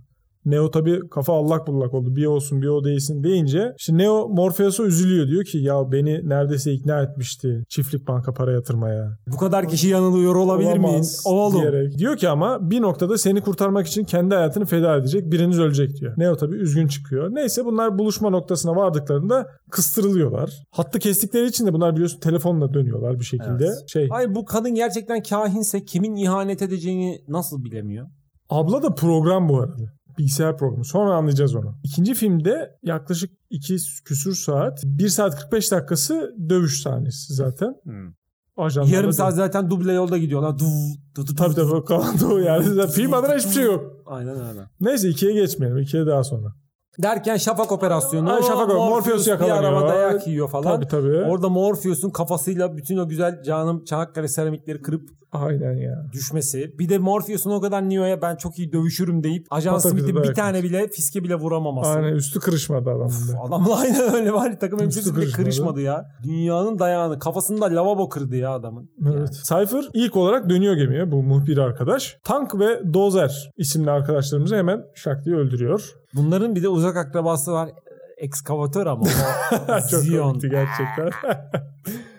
[SPEAKER 2] Neo tabi kafa allak bullak oldu. Bir o olsun bir o değilsin deyince işte Neo Morpheus'a üzülüyor. Diyor ki ya beni neredeyse ikna etmişti çiftlik banka para yatırmaya.
[SPEAKER 1] bu kadar kişi yanılıyor olabilir
[SPEAKER 2] Olamaz
[SPEAKER 1] miyiz? Oğlum.
[SPEAKER 2] Diyerek. Diyor ki ama bir noktada seni kurtarmak için kendi hayatını feda edecek biriniz ölecek diyor. Neo tabi üzgün çıkıyor. Neyse bunlar buluşma noktasına vardıklarında kıstırılıyorlar. Hattı kestikleri için de bunlar biliyorsun telefonla dönüyorlar bir şekilde.
[SPEAKER 1] Evet.
[SPEAKER 2] Şey
[SPEAKER 1] Hayır bu kadın gerçekten kahinse kimin ihanet edeceğini nasıl bilemiyor?
[SPEAKER 2] Abla da program bu arada. Bilgisayar programı. Sonra anlayacağız onu. İkinci filmde yaklaşık 2 küsür saat. 1 saat 45 dakikası dövüş sahnesi zaten. Ajanlarla
[SPEAKER 1] Yarım
[SPEAKER 2] da-
[SPEAKER 1] saat zaten duble yolda gidiyorlar. Du, du, du,
[SPEAKER 2] Tabii tabii kalan da o yani. Film adına hiçbir şey yok.
[SPEAKER 1] Aynen öyle.
[SPEAKER 2] Neyse ikiye geçmeyelim. İkiye daha sonra.
[SPEAKER 1] Derken şafak operasyonu.
[SPEAKER 2] Ay, şafak- Morpheus
[SPEAKER 1] bir
[SPEAKER 2] yakalanıyor.
[SPEAKER 1] araba dayak yiyor falan.
[SPEAKER 2] Tabii tabii.
[SPEAKER 1] Orada Morpheus'un kafasıyla bütün o güzel canım Çanakkale seramikleri kırıp
[SPEAKER 2] Aynen ya.
[SPEAKER 1] düşmesi. Bir de Morpheus'un o kadar Neo'ya ben çok iyi dövüşürüm deyip Ajan
[SPEAKER 2] Pataküte
[SPEAKER 1] Smith'in bir
[SPEAKER 2] bırakmış.
[SPEAKER 1] tane bile fiske bile vuramaması.
[SPEAKER 2] Aynen üstü kırışmadı adamın da.
[SPEAKER 1] Adamla aynen öyle var. ya, Takım
[SPEAKER 2] Üstü
[SPEAKER 1] elbisesinde
[SPEAKER 2] kırışmadı.
[SPEAKER 1] kırışmadı ya. Dünyanın dayağını. Kafasında lavabo kırdı ya adamın. Yani.
[SPEAKER 2] Evet. Cypher ilk olarak dönüyor gemiye bu muhbir arkadaş. Tank ve Dozer isimli arkadaşlarımızı hemen şak diye öldürüyor.
[SPEAKER 1] Bunların bir de uzak akrabası var. Ekskavatör ama. O
[SPEAKER 2] Çok
[SPEAKER 1] Zion.
[SPEAKER 2] komikti gerçekten.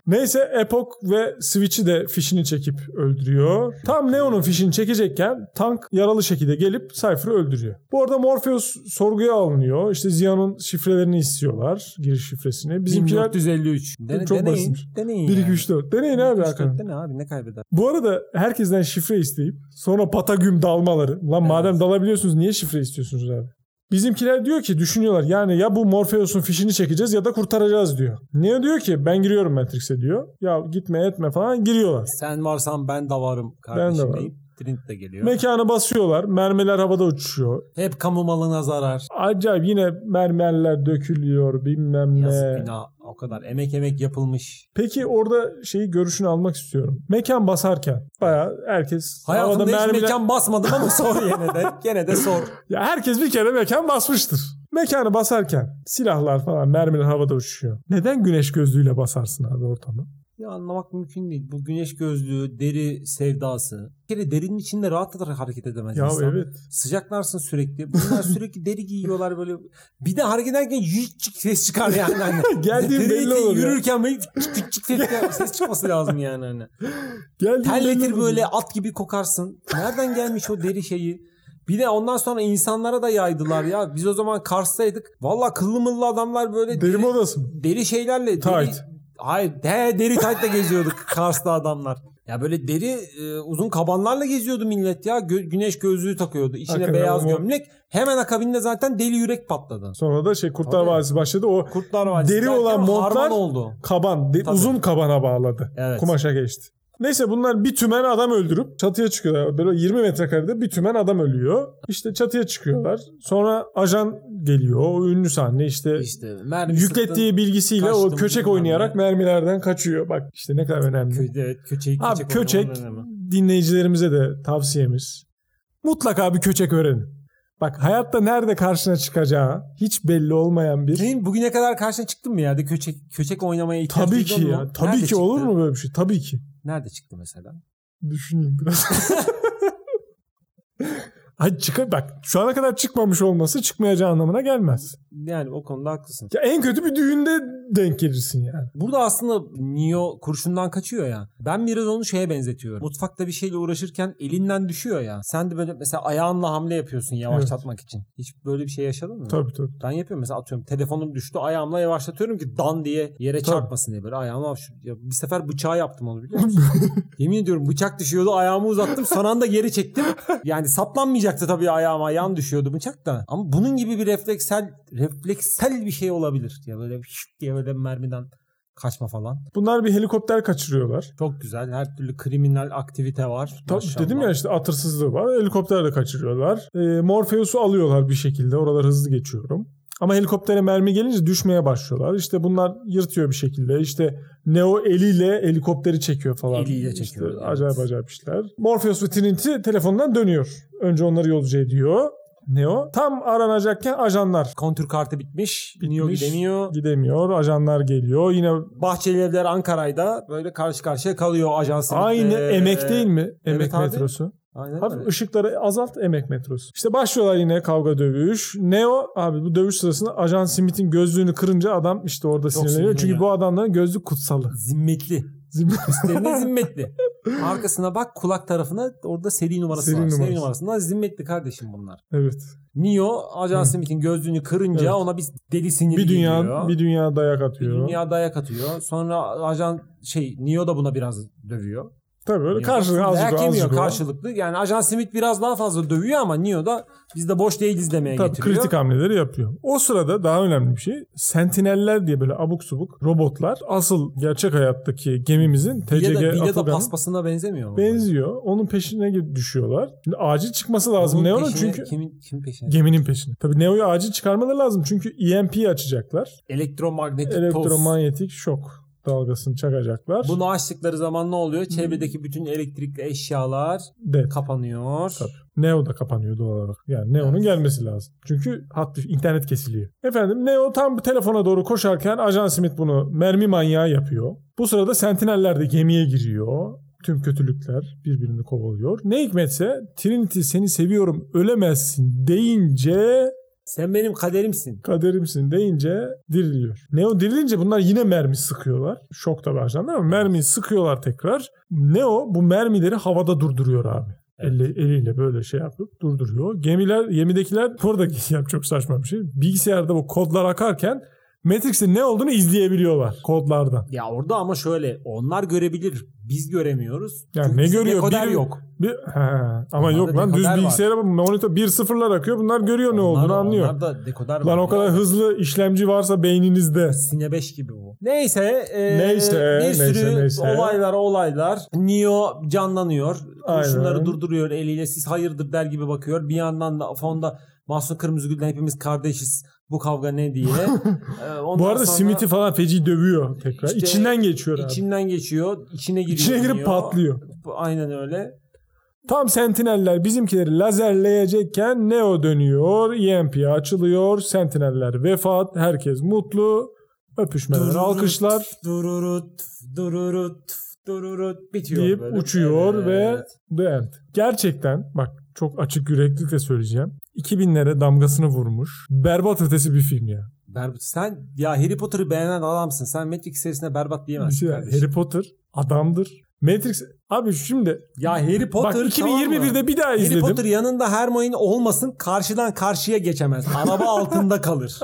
[SPEAKER 2] Neyse Epoch ve Switch'i de fişini çekip öldürüyor. Tam Neo'nun fişini çekecekken tank yaralı şekilde gelip Cypher'ı öldürüyor. Bu arada Morpheus sorguya alınıyor. İşte Zion'un şifrelerini istiyorlar. Giriş şifresini. Bizimkiler
[SPEAKER 1] 1453. Dene,
[SPEAKER 2] Çok
[SPEAKER 1] deneyin.
[SPEAKER 2] basitmiş.
[SPEAKER 1] Deneyin.
[SPEAKER 2] 1, 2,
[SPEAKER 1] yani.
[SPEAKER 2] 3, 4. Deneyin abi
[SPEAKER 1] 1-2-3-4
[SPEAKER 2] hakikaten.
[SPEAKER 1] dene abi ne kaybeder?
[SPEAKER 2] Bu arada herkesten şifre isteyip sonra patagüm dalmaları. Lan madem dalabiliyorsunuz niye şifre istiyorsunuz abi? Bizimkiler diyor ki düşünüyorlar yani ya bu Morpheus'un fişini çekeceğiz ya da kurtaracağız diyor. Neo diyor ki ben giriyorum Matrix'e diyor. Ya gitme etme falan giriyorlar.
[SPEAKER 1] Sen varsan ben de varım kardeşim
[SPEAKER 2] varım.
[SPEAKER 1] deyip Trint de geliyor.
[SPEAKER 2] Mekanı basıyorlar. Mermiler havada uçuyor.
[SPEAKER 1] Hep kamu malına zarar.
[SPEAKER 2] Acayip yine mermerler dökülüyor bilmem
[SPEAKER 1] Yazık
[SPEAKER 2] ne.
[SPEAKER 1] günah. o kadar emek emek yapılmış.
[SPEAKER 2] Peki orada şeyi görüşünü almak istiyorum. Mekan basarken bayağı herkes
[SPEAKER 1] Hayatımda
[SPEAKER 2] havada
[SPEAKER 1] hiç
[SPEAKER 2] mermiler-
[SPEAKER 1] mekan basmadım ama sor yine de. Gene de sor.
[SPEAKER 2] Ya herkes bir kere mekan basmıştır. Mekanı basarken silahlar falan mermiler havada uçuşuyor. Neden güneş gözlüğüyle basarsın abi ortamı?
[SPEAKER 1] Ya anlamak mümkün değil. Bu güneş gözlüğü, deri sevdası. Bir kere derinin içinde rahatlatarak hareket edemez
[SPEAKER 2] Ya
[SPEAKER 1] insan.
[SPEAKER 2] evet.
[SPEAKER 1] Sıcaklarsın sürekli. Bunlar sürekli deri giyiyorlar böyle. Bir de hareket ederken yük çık ses çıkar yani. Hani.
[SPEAKER 2] Geldiğim
[SPEAKER 1] Deri
[SPEAKER 2] belli
[SPEAKER 1] eti
[SPEAKER 2] olur ya.
[SPEAKER 1] Yürürken böyle çık çık çık ses, ses çıkması lazım yani. Hani.
[SPEAKER 2] Geldiğim belli
[SPEAKER 1] Terletir
[SPEAKER 2] olur.
[SPEAKER 1] böyle at gibi kokarsın. Nereden gelmiş o deri şeyi? Bir de ondan sonra insanlara da yaydılar ya. Biz o zaman Kars'taydık. Valla kıllı mıllı adamlar böyle
[SPEAKER 2] Deri modası mı?
[SPEAKER 1] deri şeylerle deri,
[SPEAKER 2] Tight.
[SPEAKER 1] hayır de deri taytla geziyorduk Kars'ta adamlar. Ya böyle deri e, uzun kabanlarla geziyordu millet ya. Gö- güneş gözlüğü takıyordu. İçine
[SPEAKER 2] Hakikaten
[SPEAKER 1] beyaz
[SPEAKER 2] o-
[SPEAKER 1] gömlek. Hemen akabinde zaten deli yürek patladı.
[SPEAKER 2] Sonra da şey Kurtlar
[SPEAKER 1] Tabii.
[SPEAKER 2] Vadisi başladı. O
[SPEAKER 1] Kurtlar Vadisi.
[SPEAKER 2] Deri
[SPEAKER 1] derken
[SPEAKER 2] olan montlar-
[SPEAKER 1] harman oldu.
[SPEAKER 2] kaban, de-
[SPEAKER 1] Tabii.
[SPEAKER 2] uzun kabana bağladı.
[SPEAKER 1] Evet.
[SPEAKER 2] Kumaşa geçti. Neyse bunlar bir tümen adam öldürüp çatıya çıkıyorlar. Böyle 20 metrekarede bir tümen adam ölüyor. İşte çatıya çıkıyorlar. Sonra ajan geliyor. O ünlü sahne işte
[SPEAKER 1] İşte mermi
[SPEAKER 2] yüklettiği bilgisiyle o
[SPEAKER 1] kaçtım
[SPEAKER 2] köçek
[SPEAKER 1] bilmem
[SPEAKER 2] oynayarak
[SPEAKER 1] ne.
[SPEAKER 2] mermilerden kaçıyor. Bak işte ne kadar önemli.
[SPEAKER 1] sıktın. Kö- evet, köçeği
[SPEAKER 2] Abi
[SPEAKER 1] oynamanın
[SPEAKER 2] köçek
[SPEAKER 1] önemi.
[SPEAKER 2] dinleyicilerimize de tavsiyemiz. Mutlaka bir köçek öğrenin. Bak hayatta nerede karşına çıkacağı hiç belli olmayan bir...
[SPEAKER 1] Senin bugüne kadar karşına çıktın mı ya? De köçek köçek oynamaya ihtiyaç
[SPEAKER 2] Tabii
[SPEAKER 1] duydun
[SPEAKER 2] ki
[SPEAKER 1] mu?
[SPEAKER 2] ya. Tabii
[SPEAKER 1] Nerede
[SPEAKER 2] ki
[SPEAKER 1] çıktı?
[SPEAKER 2] olur mu böyle bir şey? Tabii ki.
[SPEAKER 1] Nerede çıktı mesela?
[SPEAKER 2] Düşüneyim biraz. Hayır çıkar bak şu ana kadar çıkmamış olması çıkmayacağı anlamına gelmez.
[SPEAKER 1] Yani o konuda haklısın.
[SPEAKER 2] Ya en kötü bir düğünde denk gelirsin yani.
[SPEAKER 1] Burada aslında Neo kurşundan kaçıyor ya. Ben biraz onu şeye benzetiyorum. Mutfakta bir şeyle uğraşırken elinden düşüyor ya. Sen de böyle mesela ayağınla hamle yapıyorsun yavaşlatmak için. Hiç böyle bir şey yaşadın mı?
[SPEAKER 2] Tabii tabii.
[SPEAKER 1] Ben yapıyorum mesela atıyorum telefonum düştü ayağımla yavaşlatıyorum ki dan diye yere
[SPEAKER 2] Tabii.
[SPEAKER 1] çarpmasın diye böyle ayağımı hafif- ya bir sefer bıçağı yaptım onu biliyor musun? Yemin ediyorum bıçak düşüyordu ayağımı uzattım son anda geri çektim. Yani saplanmayacaktı tabii ayağıma yan düşüyordu bıçak da ama bunun gibi bir refleksel refleksel bir şey olabilir ya böyle şık diye böyle mermiden kaçma falan.
[SPEAKER 2] Bunlar bir helikopter kaçırıyorlar.
[SPEAKER 1] Çok güzel her türlü kriminal aktivite var.
[SPEAKER 2] Tabii
[SPEAKER 1] Maşallah.
[SPEAKER 2] dedim ya işte atırsızlığı var. Helikopterle kaçırıyorlar. E, Morpheus'u alıyorlar bir şekilde. Oralar hızlı geçiyorum. Ama helikoptere mermi gelince düşmeye başlıyorlar. İşte bunlar yırtıyor bir şekilde. İşte Neo eliyle helikopteri çekiyor falan.
[SPEAKER 1] Eliyle çekiyor,
[SPEAKER 2] İşte
[SPEAKER 1] evet.
[SPEAKER 2] Acayip acayip işler. Morpheus ve Trinity telefondan dönüyor. Önce onları yolcu ediyor. Neo. Tam aranacakken ajanlar
[SPEAKER 1] Kontür kartı bitmiş.
[SPEAKER 2] Bitmiş.
[SPEAKER 1] Neo gidemiyor.
[SPEAKER 2] gidemiyor. Ajanlar geliyor. Yine
[SPEAKER 1] Bahçelievler Ankara'da böyle karşı karşıya kalıyor ajansın.
[SPEAKER 2] aynı emek değil mi? Emek
[SPEAKER 1] abi.
[SPEAKER 2] metrosu.
[SPEAKER 1] Aynen
[SPEAKER 2] Abi
[SPEAKER 1] öyle.
[SPEAKER 2] ışıkları azalt emek metrosu. İşte başlıyorlar yine kavga dövüş. Neo abi bu dövüş sırasında Ajan Smith'in gözlüğünü kırınca adam işte orada sinirleniyor.
[SPEAKER 1] sinirleniyor.
[SPEAKER 2] Çünkü bu adamların gözlük kutsalı.
[SPEAKER 1] Zimmetli.
[SPEAKER 2] Zim-
[SPEAKER 1] Üstlerine zimmetli. Arkasına bak kulak tarafına orada seri numarası
[SPEAKER 2] Seri
[SPEAKER 1] var. Seri
[SPEAKER 2] numarası.
[SPEAKER 1] numarasında zimmetli kardeşim bunlar.
[SPEAKER 2] evet.
[SPEAKER 1] Neo Ajan
[SPEAKER 2] Hı.
[SPEAKER 1] Smith'in gözlüğünü kırınca
[SPEAKER 2] Evet.
[SPEAKER 1] ona bir deli siniri
[SPEAKER 2] Bir dünya
[SPEAKER 1] geliyor.
[SPEAKER 2] bir dünya dayak
[SPEAKER 1] Bir
[SPEAKER 2] atıyor.
[SPEAKER 1] dünya dayak atıyor. Sonra ajan şey Neo da buna biraz dövüyor.
[SPEAKER 2] Tabii öyle
[SPEAKER 1] Neo
[SPEAKER 2] karşılıklı
[SPEAKER 1] da
[SPEAKER 2] azıcık
[SPEAKER 1] dayak
[SPEAKER 2] azıcık.
[SPEAKER 1] yemiyor
[SPEAKER 2] o.
[SPEAKER 1] karşılıklı. Yani ajan Smith biraz daha fazla dövüyor ama Neo da biz de boş değiliz demeye
[SPEAKER 2] Tabii
[SPEAKER 1] getiriyor.
[SPEAKER 2] kritik hamleleri yapıyor. O sırada daha önemli bir şey sentineller diye böyle abuk subuk robotlar asıl gerçek hayattaki gemimizin
[SPEAKER 1] Villa da,
[SPEAKER 2] TCG
[SPEAKER 1] Villa da
[SPEAKER 2] Atılgan'ın
[SPEAKER 1] paspasına benzemiyor mu?
[SPEAKER 2] benziyor. Onun peşine gir- düşüyorlar. Şimdi acil çıkması lazım
[SPEAKER 1] Onun
[SPEAKER 2] Neo'nun
[SPEAKER 1] peşine-
[SPEAKER 2] çünkü
[SPEAKER 1] Kimin, kimin peşine?
[SPEAKER 2] Geminin peşine. Tabii Neo'yu acil çıkarmaları lazım çünkü EMP'yi açacaklar.
[SPEAKER 1] Elektromanyetik toz.
[SPEAKER 2] Elektromanyetik şok dalgasını çakacaklar.
[SPEAKER 1] Bunu açtıkları zaman ne
[SPEAKER 2] Hmm.
[SPEAKER 1] oluyor? Çevredeki bütün elektrikli eşyalar
[SPEAKER 2] De.
[SPEAKER 1] kapanıyor.
[SPEAKER 2] Tabii. Neo da kapanıyor doğal olarak. Yani Neo'nun
[SPEAKER 1] Evet.
[SPEAKER 2] gelmesi lazım. Çünkü hat internet kesiliyor. Efendim Neo tam bu telefona doğru koşarken Ajan Smith bunu mermi manyağı yapıyor. Bu sırada sentineller de gemiye giriyor. Tüm kötülükler birbirini kovalıyor. Ne hikmetse Trinity seni seviyorum ölemezsin deyince
[SPEAKER 1] Sen benim kaderimsin.
[SPEAKER 2] kaderimsin deyince diriliyor. Neo dirilince bunlar yine mermi sıkıyorlar. Şok da başlandı ama mermiyi sıkıyorlar tekrar. Neo bu mermileri havada durduruyor abi.
[SPEAKER 1] Evet.
[SPEAKER 2] Elle- eliyle böyle şey yapıp durduruyor. Gemiler, gemidekiler burada yani çok saçma bir şey. Bilgisayarda bu kodlar akarken Matrix'in ne olduğunu izleyebiliyorlar kodlardan.
[SPEAKER 1] Ya orada ama şöyle onlar görebilir. Biz göremiyoruz.
[SPEAKER 2] Yani
[SPEAKER 1] Çünkü
[SPEAKER 2] ne
[SPEAKER 1] bizde
[SPEAKER 2] görüyor?
[SPEAKER 1] dekoder
[SPEAKER 2] Bir-
[SPEAKER 1] yok.
[SPEAKER 2] Bir, he, ama
[SPEAKER 1] Onlarda
[SPEAKER 2] yok lan düz
[SPEAKER 1] dekoder var.
[SPEAKER 2] bilgisayara monitör 1-0'lar akıyor. Bunlar görüyor ne
[SPEAKER 1] Onlar-
[SPEAKER 2] olduğunu anlıyor.
[SPEAKER 1] Onlar da dekoder var.
[SPEAKER 2] Lan o kadar hızlı işlemci varsa beyninizde.
[SPEAKER 1] Sine 5 gibi bu. Neyse, e,
[SPEAKER 2] Neyse,
[SPEAKER 1] bir sürü
[SPEAKER 2] neyse, neyse.
[SPEAKER 1] olaylar olaylar. Neo canlanıyor.
[SPEAKER 2] Aynen.
[SPEAKER 1] Kurşunları durduruyor eliyle. Siz hayırdır der gibi bakıyor. Bir yandan da fonda Mahsun Kırmızıgül'den hepimiz kardeşiz. Bu kavga ne diye. Ee, ondan
[SPEAKER 2] Bu arada
[SPEAKER 1] sonra
[SPEAKER 2] Smith'i falan feci dövüyor tekrar.
[SPEAKER 1] İşte
[SPEAKER 2] İçinden geçiyor abi.
[SPEAKER 1] içinden geçiyor. içine giriyor.
[SPEAKER 2] İçine girip
[SPEAKER 1] iniyor.
[SPEAKER 2] patlıyor.
[SPEAKER 1] Aynen öyle.
[SPEAKER 2] Tam sentineller bizimkileri lazerleyecekken Neo dönüyor, EMP açılıyor, sentineller vefat, herkes mutlu, öpüşmeler,
[SPEAKER 1] Dururut,
[SPEAKER 2] alkışlar
[SPEAKER 1] Dururut, dururut, dururut bitiyor
[SPEAKER 2] deyip
[SPEAKER 1] böyle.
[SPEAKER 2] uçuyor ve
[SPEAKER 1] Evet.
[SPEAKER 2] the end. Gerçekten bak çok açık yüreklilikle söyleyeceğim. 2000'lere damgasını vurmuş. Berbat ötesi bir film ya.
[SPEAKER 1] Berbat- sen ya Harry Potter'ı beğenen adamsın. Sen Matrix serisine berbat
[SPEAKER 2] Bir
[SPEAKER 1] diyemezsin
[SPEAKER 2] şey,
[SPEAKER 1] kardeşim.
[SPEAKER 2] Harry Potter adamdır. Matrix abi şimdi
[SPEAKER 1] Ya Harry Potter
[SPEAKER 2] bak
[SPEAKER 1] tamam mı?
[SPEAKER 2] 2021'de bir daha
[SPEAKER 1] Harry
[SPEAKER 2] izledim.
[SPEAKER 1] Potter yanında Hermione olmasın karşıdan karşıya geçemez. Araba altında kalır.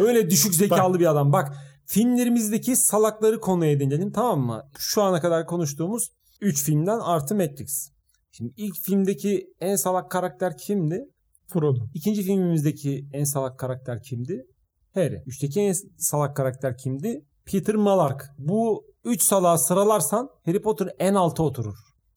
[SPEAKER 1] Öyle düşük zekalı bir adam. Bak filmlerimizdeki salakları konu edinelim tamam mı? Şu ana kadar konuştuğumuz 3 filmden artı Matrix. Şimdi ilk filmdeki en salak karakter kimdi?
[SPEAKER 2] Frodo.
[SPEAKER 1] İkinci filmimizdeki en salak karakter kimdi? Harry. Üçteki en salak karakter kimdi? Peter Malark. Bu 3 salağı sıralarsan Harry Potter en alta oturur.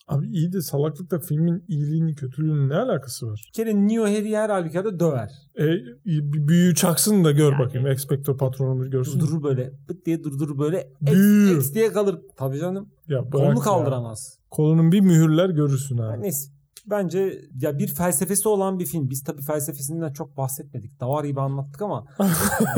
[SPEAKER 2] Abi iyi de salaklıkla filmin iyiliğinin kötülüğünün ne alakası var?
[SPEAKER 1] Bir kere Neo Harry'i her halükarda döver.
[SPEAKER 2] E, bir büyüyü çaksın da gör
[SPEAKER 1] Yani.
[SPEAKER 2] bakayım. Expecto patronumuz görsün.
[SPEAKER 1] Durdurur böyle. Bıt diye durdurur böyle.
[SPEAKER 2] Büyü.
[SPEAKER 1] Eks, eks diye kalır. Tabii canım.
[SPEAKER 2] Ya bırak
[SPEAKER 1] Kolunu Hani
[SPEAKER 2] ya.
[SPEAKER 1] kaldıramaz.
[SPEAKER 2] Kolunun bir mühürler görürsün abi.
[SPEAKER 1] Yani neyse. Bence ya bir felsefesi olan bir film. Biz tabii felsefesinden çok bahsetmedik. Davar gibi anlattık ama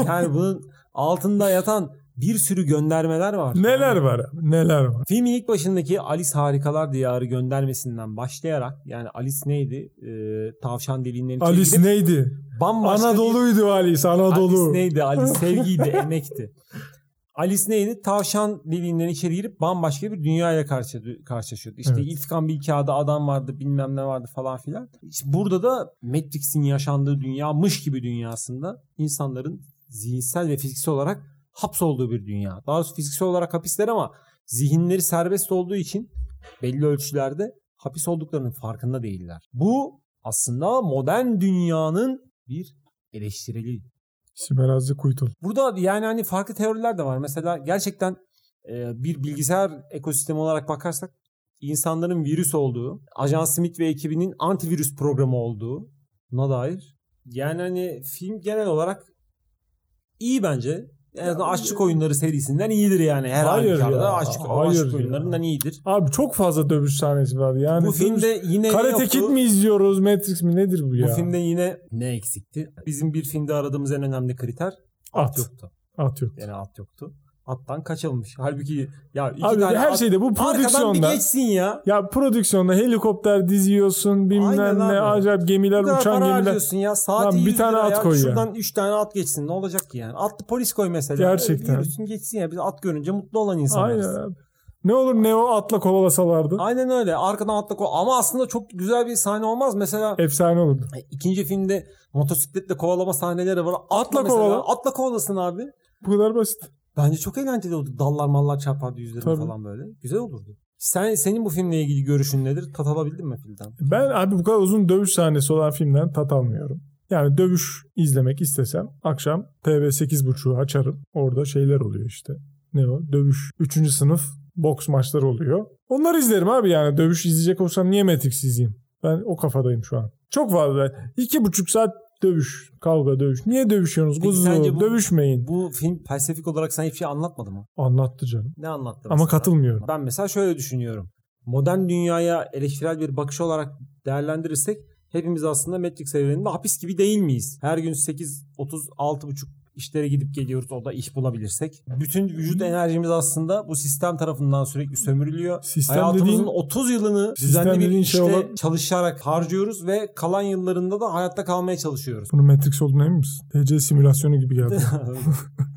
[SPEAKER 1] yani bunun altında yatan bir sürü göndermeler var.
[SPEAKER 2] Neler
[SPEAKER 1] Yani
[SPEAKER 2] var abi? Neler var?
[SPEAKER 1] Filmin ilk başındaki Alice Harikalar Diyarı göndermesinden başlayarak yani Alice neydi? Ee, tavşan deliğinin içine
[SPEAKER 2] Alice
[SPEAKER 1] girip
[SPEAKER 2] neydi?
[SPEAKER 1] bambaşka bir-
[SPEAKER 2] Anadolu'ydu Alice, Anadolu.
[SPEAKER 1] Alice neydi? Alice sevgiydi, emekti. Alice neydi? Tavşan deliğinden içeri girip bambaşka bir dünyaya karşı, karşılaşıyordu. İşte
[SPEAKER 2] Evet.
[SPEAKER 1] İltikan bir kağıda adam vardı bilmem ne vardı falan filan. İşte burada da Matrix'in yaşandığı dünyamış gibi dünyasında insanların zihinsel ve fiziksel olarak hapsolduğu bir dünya. Daha doğrusu fiziksel olarak hapisler ama zihinleri serbest olduğu için belli ölçülerde hapis olduklarının farkında değiller. Bu aslında modern dünyanın bir eleştirili
[SPEAKER 2] Siberazi Kuytul.
[SPEAKER 1] Burada yani hani farklı teoriler de var. Mesela gerçekten e, bir bilgisayar ekosistemi olarak bakarsak insanların virüs olduğu, Ajan Smith ve ekibinin antivirüs programı olduğu buna dair. Yani hani film genel olarak iyi bence. En azından
[SPEAKER 2] Ya,
[SPEAKER 1] Açlık Oyunları serisinden iyidir yani. Her
[SPEAKER 2] Hayır ya,
[SPEAKER 1] halükarda Açlık,
[SPEAKER 2] hayır
[SPEAKER 1] açlık
[SPEAKER 2] ya.
[SPEAKER 1] Oyunlarından iyidir.
[SPEAKER 2] Abi çok fazla dövüş sahnesi var. Yani
[SPEAKER 1] bu
[SPEAKER 2] dövüş-
[SPEAKER 1] filmde yine ne
[SPEAKER 2] Karate
[SPEAKER 1] yoktu?
[SPEAKER 2] Kid mi izliyoruz, Matrix mi nedir bu
[SPEAKER 1] Bu
[SPEAKER 2] ya?
[SPEAKER 1] filmde yine ne eksikti? Bizim bir filmde aradığımız en önemli kriter
[SPEAKER 2] at.
[SPEAKER 1] yoktu.
[SPEAKER 2] At yok.
[SPEAKER 1] Gene at yoktu. Attan kaçılmış. Halbuki ya iki
[SPEAKER 2] Abi
[SPEAKER 1] tane
[SPEAKER 2] her
[SPEAKER 1] at
[SPEAKER 2] şeyde bu
[SPEAKER 1] arkadan bir
[SPEAKER 2] prodüksiyonda.
[SPEAKER 1] geçsin ya.
[SPEAKER 2] Ya prodüksiyonda helikopter diziyorsun
[SPEAKER 1] Aynen
[SPEAKER 2] bilmem ne
[SPEAKER 1] abi.
[SPEAKER 2] acayip gemiler
[SPEAKER 1] Bu kadar
[SPEAKER 2] uçan
[SPEAKER 1] para
[SPEAKER 2] gemiler.
[SPEAKER 1] harcıyorsun ya. Saati
[SPEAKER 2] Lan bir
[SPEAKER 1] 100
[SPEAKER 2] tane
[SPEAKER 1] lira
[SPEAKER 2] at
[SPEAKER 1] ya.
[SPEAKER 2] koy ya.
[SPEAKER 1] Şuradan 3 tane at geçsin. Ne olacak ki yani? Atlı polis koy mesela.
[SPEAKER 2] Gerçekten.
[SPEAKER 1] Yürüsün geçsin ya. Biz at görünce mutlu olan
[SPEAKER 2] Aynen
[SPEAKER 1] insanlarız. Aynen.
[SPEAKER 2] abi. Ne olur Neo atla kovalasalardı.
[SPEAKER 1] öyle. Arkadan atla koy. Ama aslında çok güzel bir sahne olmaz. Mesela
[SPEAKER 2] Efsane olurdu.
[SPEAKER 1] ikinci filmde motosikletle kovalama sahneleri var. Atla,
[SPEAKER 2] Atla
[SPEAKER 1] mesela.
[SPEAKER 2] kovala.
[SPEAKER 1] Atla kovalasın abi.
[SPEAKER 2] Bu kadar basit.
[SPEAKER 1] Bence çok eğlenceli oldu. Dallar mallar çarpardı yüzlerine
[SPEAKER 2] Tabii.
[SPEAKER 1] falan böyle. Güzel olurdu. Sen Senin bu filmle ilgili görüşün nedir? Tat alabildin mi filmden?
[SPEAKER 2] Ben abi bu kadar uzun dövüş sahnesi olan filmden tat almıyorum. Yani dövüş izlemek istesem akşam TV 8.30'u açarım. Orada şeyler oluyor işte. Ne o? Dövüş. Üçüncü sınıf boks maçları oluyor. Onları izlerim abi yani. Dövüş izleyecek olsam niye Matrix izleyeyim? Ben o kafadayım şu an. Çok fazla. İki buçuk saat dövüş. Kavga dövüş. Niye dövüşüyorsunuz?
[SPEAKER 1] Peki sence
[SPEAKER 2] Kuzu
[SPEAKER 1] bu-
[SPEAKER 2] dövüşmeyin.
[SPEAKER 1] Bu film felsefik olarak sana hiçbir şey anlatmadı mı?
[SPEAKER 2] Anlattı canım.
[SPEAKER 1] Ne anlattı?
[SPEAKER 2] Ama
[SPEAKER 1] mesela?
[SPEAKER 2] katılmıyorum.
[SPEAKER 1] Ben mesela şöyle düşünüyorum. Modern dünyaya eleştirel bir bakış olarak değerlendirirsek hepimiz aslında Matrix evreninde hapis gibi değil miyiz? Her gün 8, 30, 6.30 işlere gidip geliyoruz orada iş bulabilirsek. Bütün vücut enerjimiz aslında bu sistem tarafından sürekli sömürülüyor.
[SPEAKER 2] Sistem
[SPEAKER 1] Hayatımızın
[SPEAKER 2] dediğin
[SPEAKER 1] 30 yılını
[SPEAKER 2] Sistem
[SPEAKER 1] düzenli bir
[SPEAKER 2] dediğin
[SPEAKER 1] işte
[SPEAKER 2] şey olan-
[SPEAKER 1] çalışarak harcıyoruz ve kalan yıllarında da hayatta kalmaya çalışıyoruz.
[SPEAKER 2] Bunun Matrix olduğuna emin misin? TC simülasyonu gibi geldi.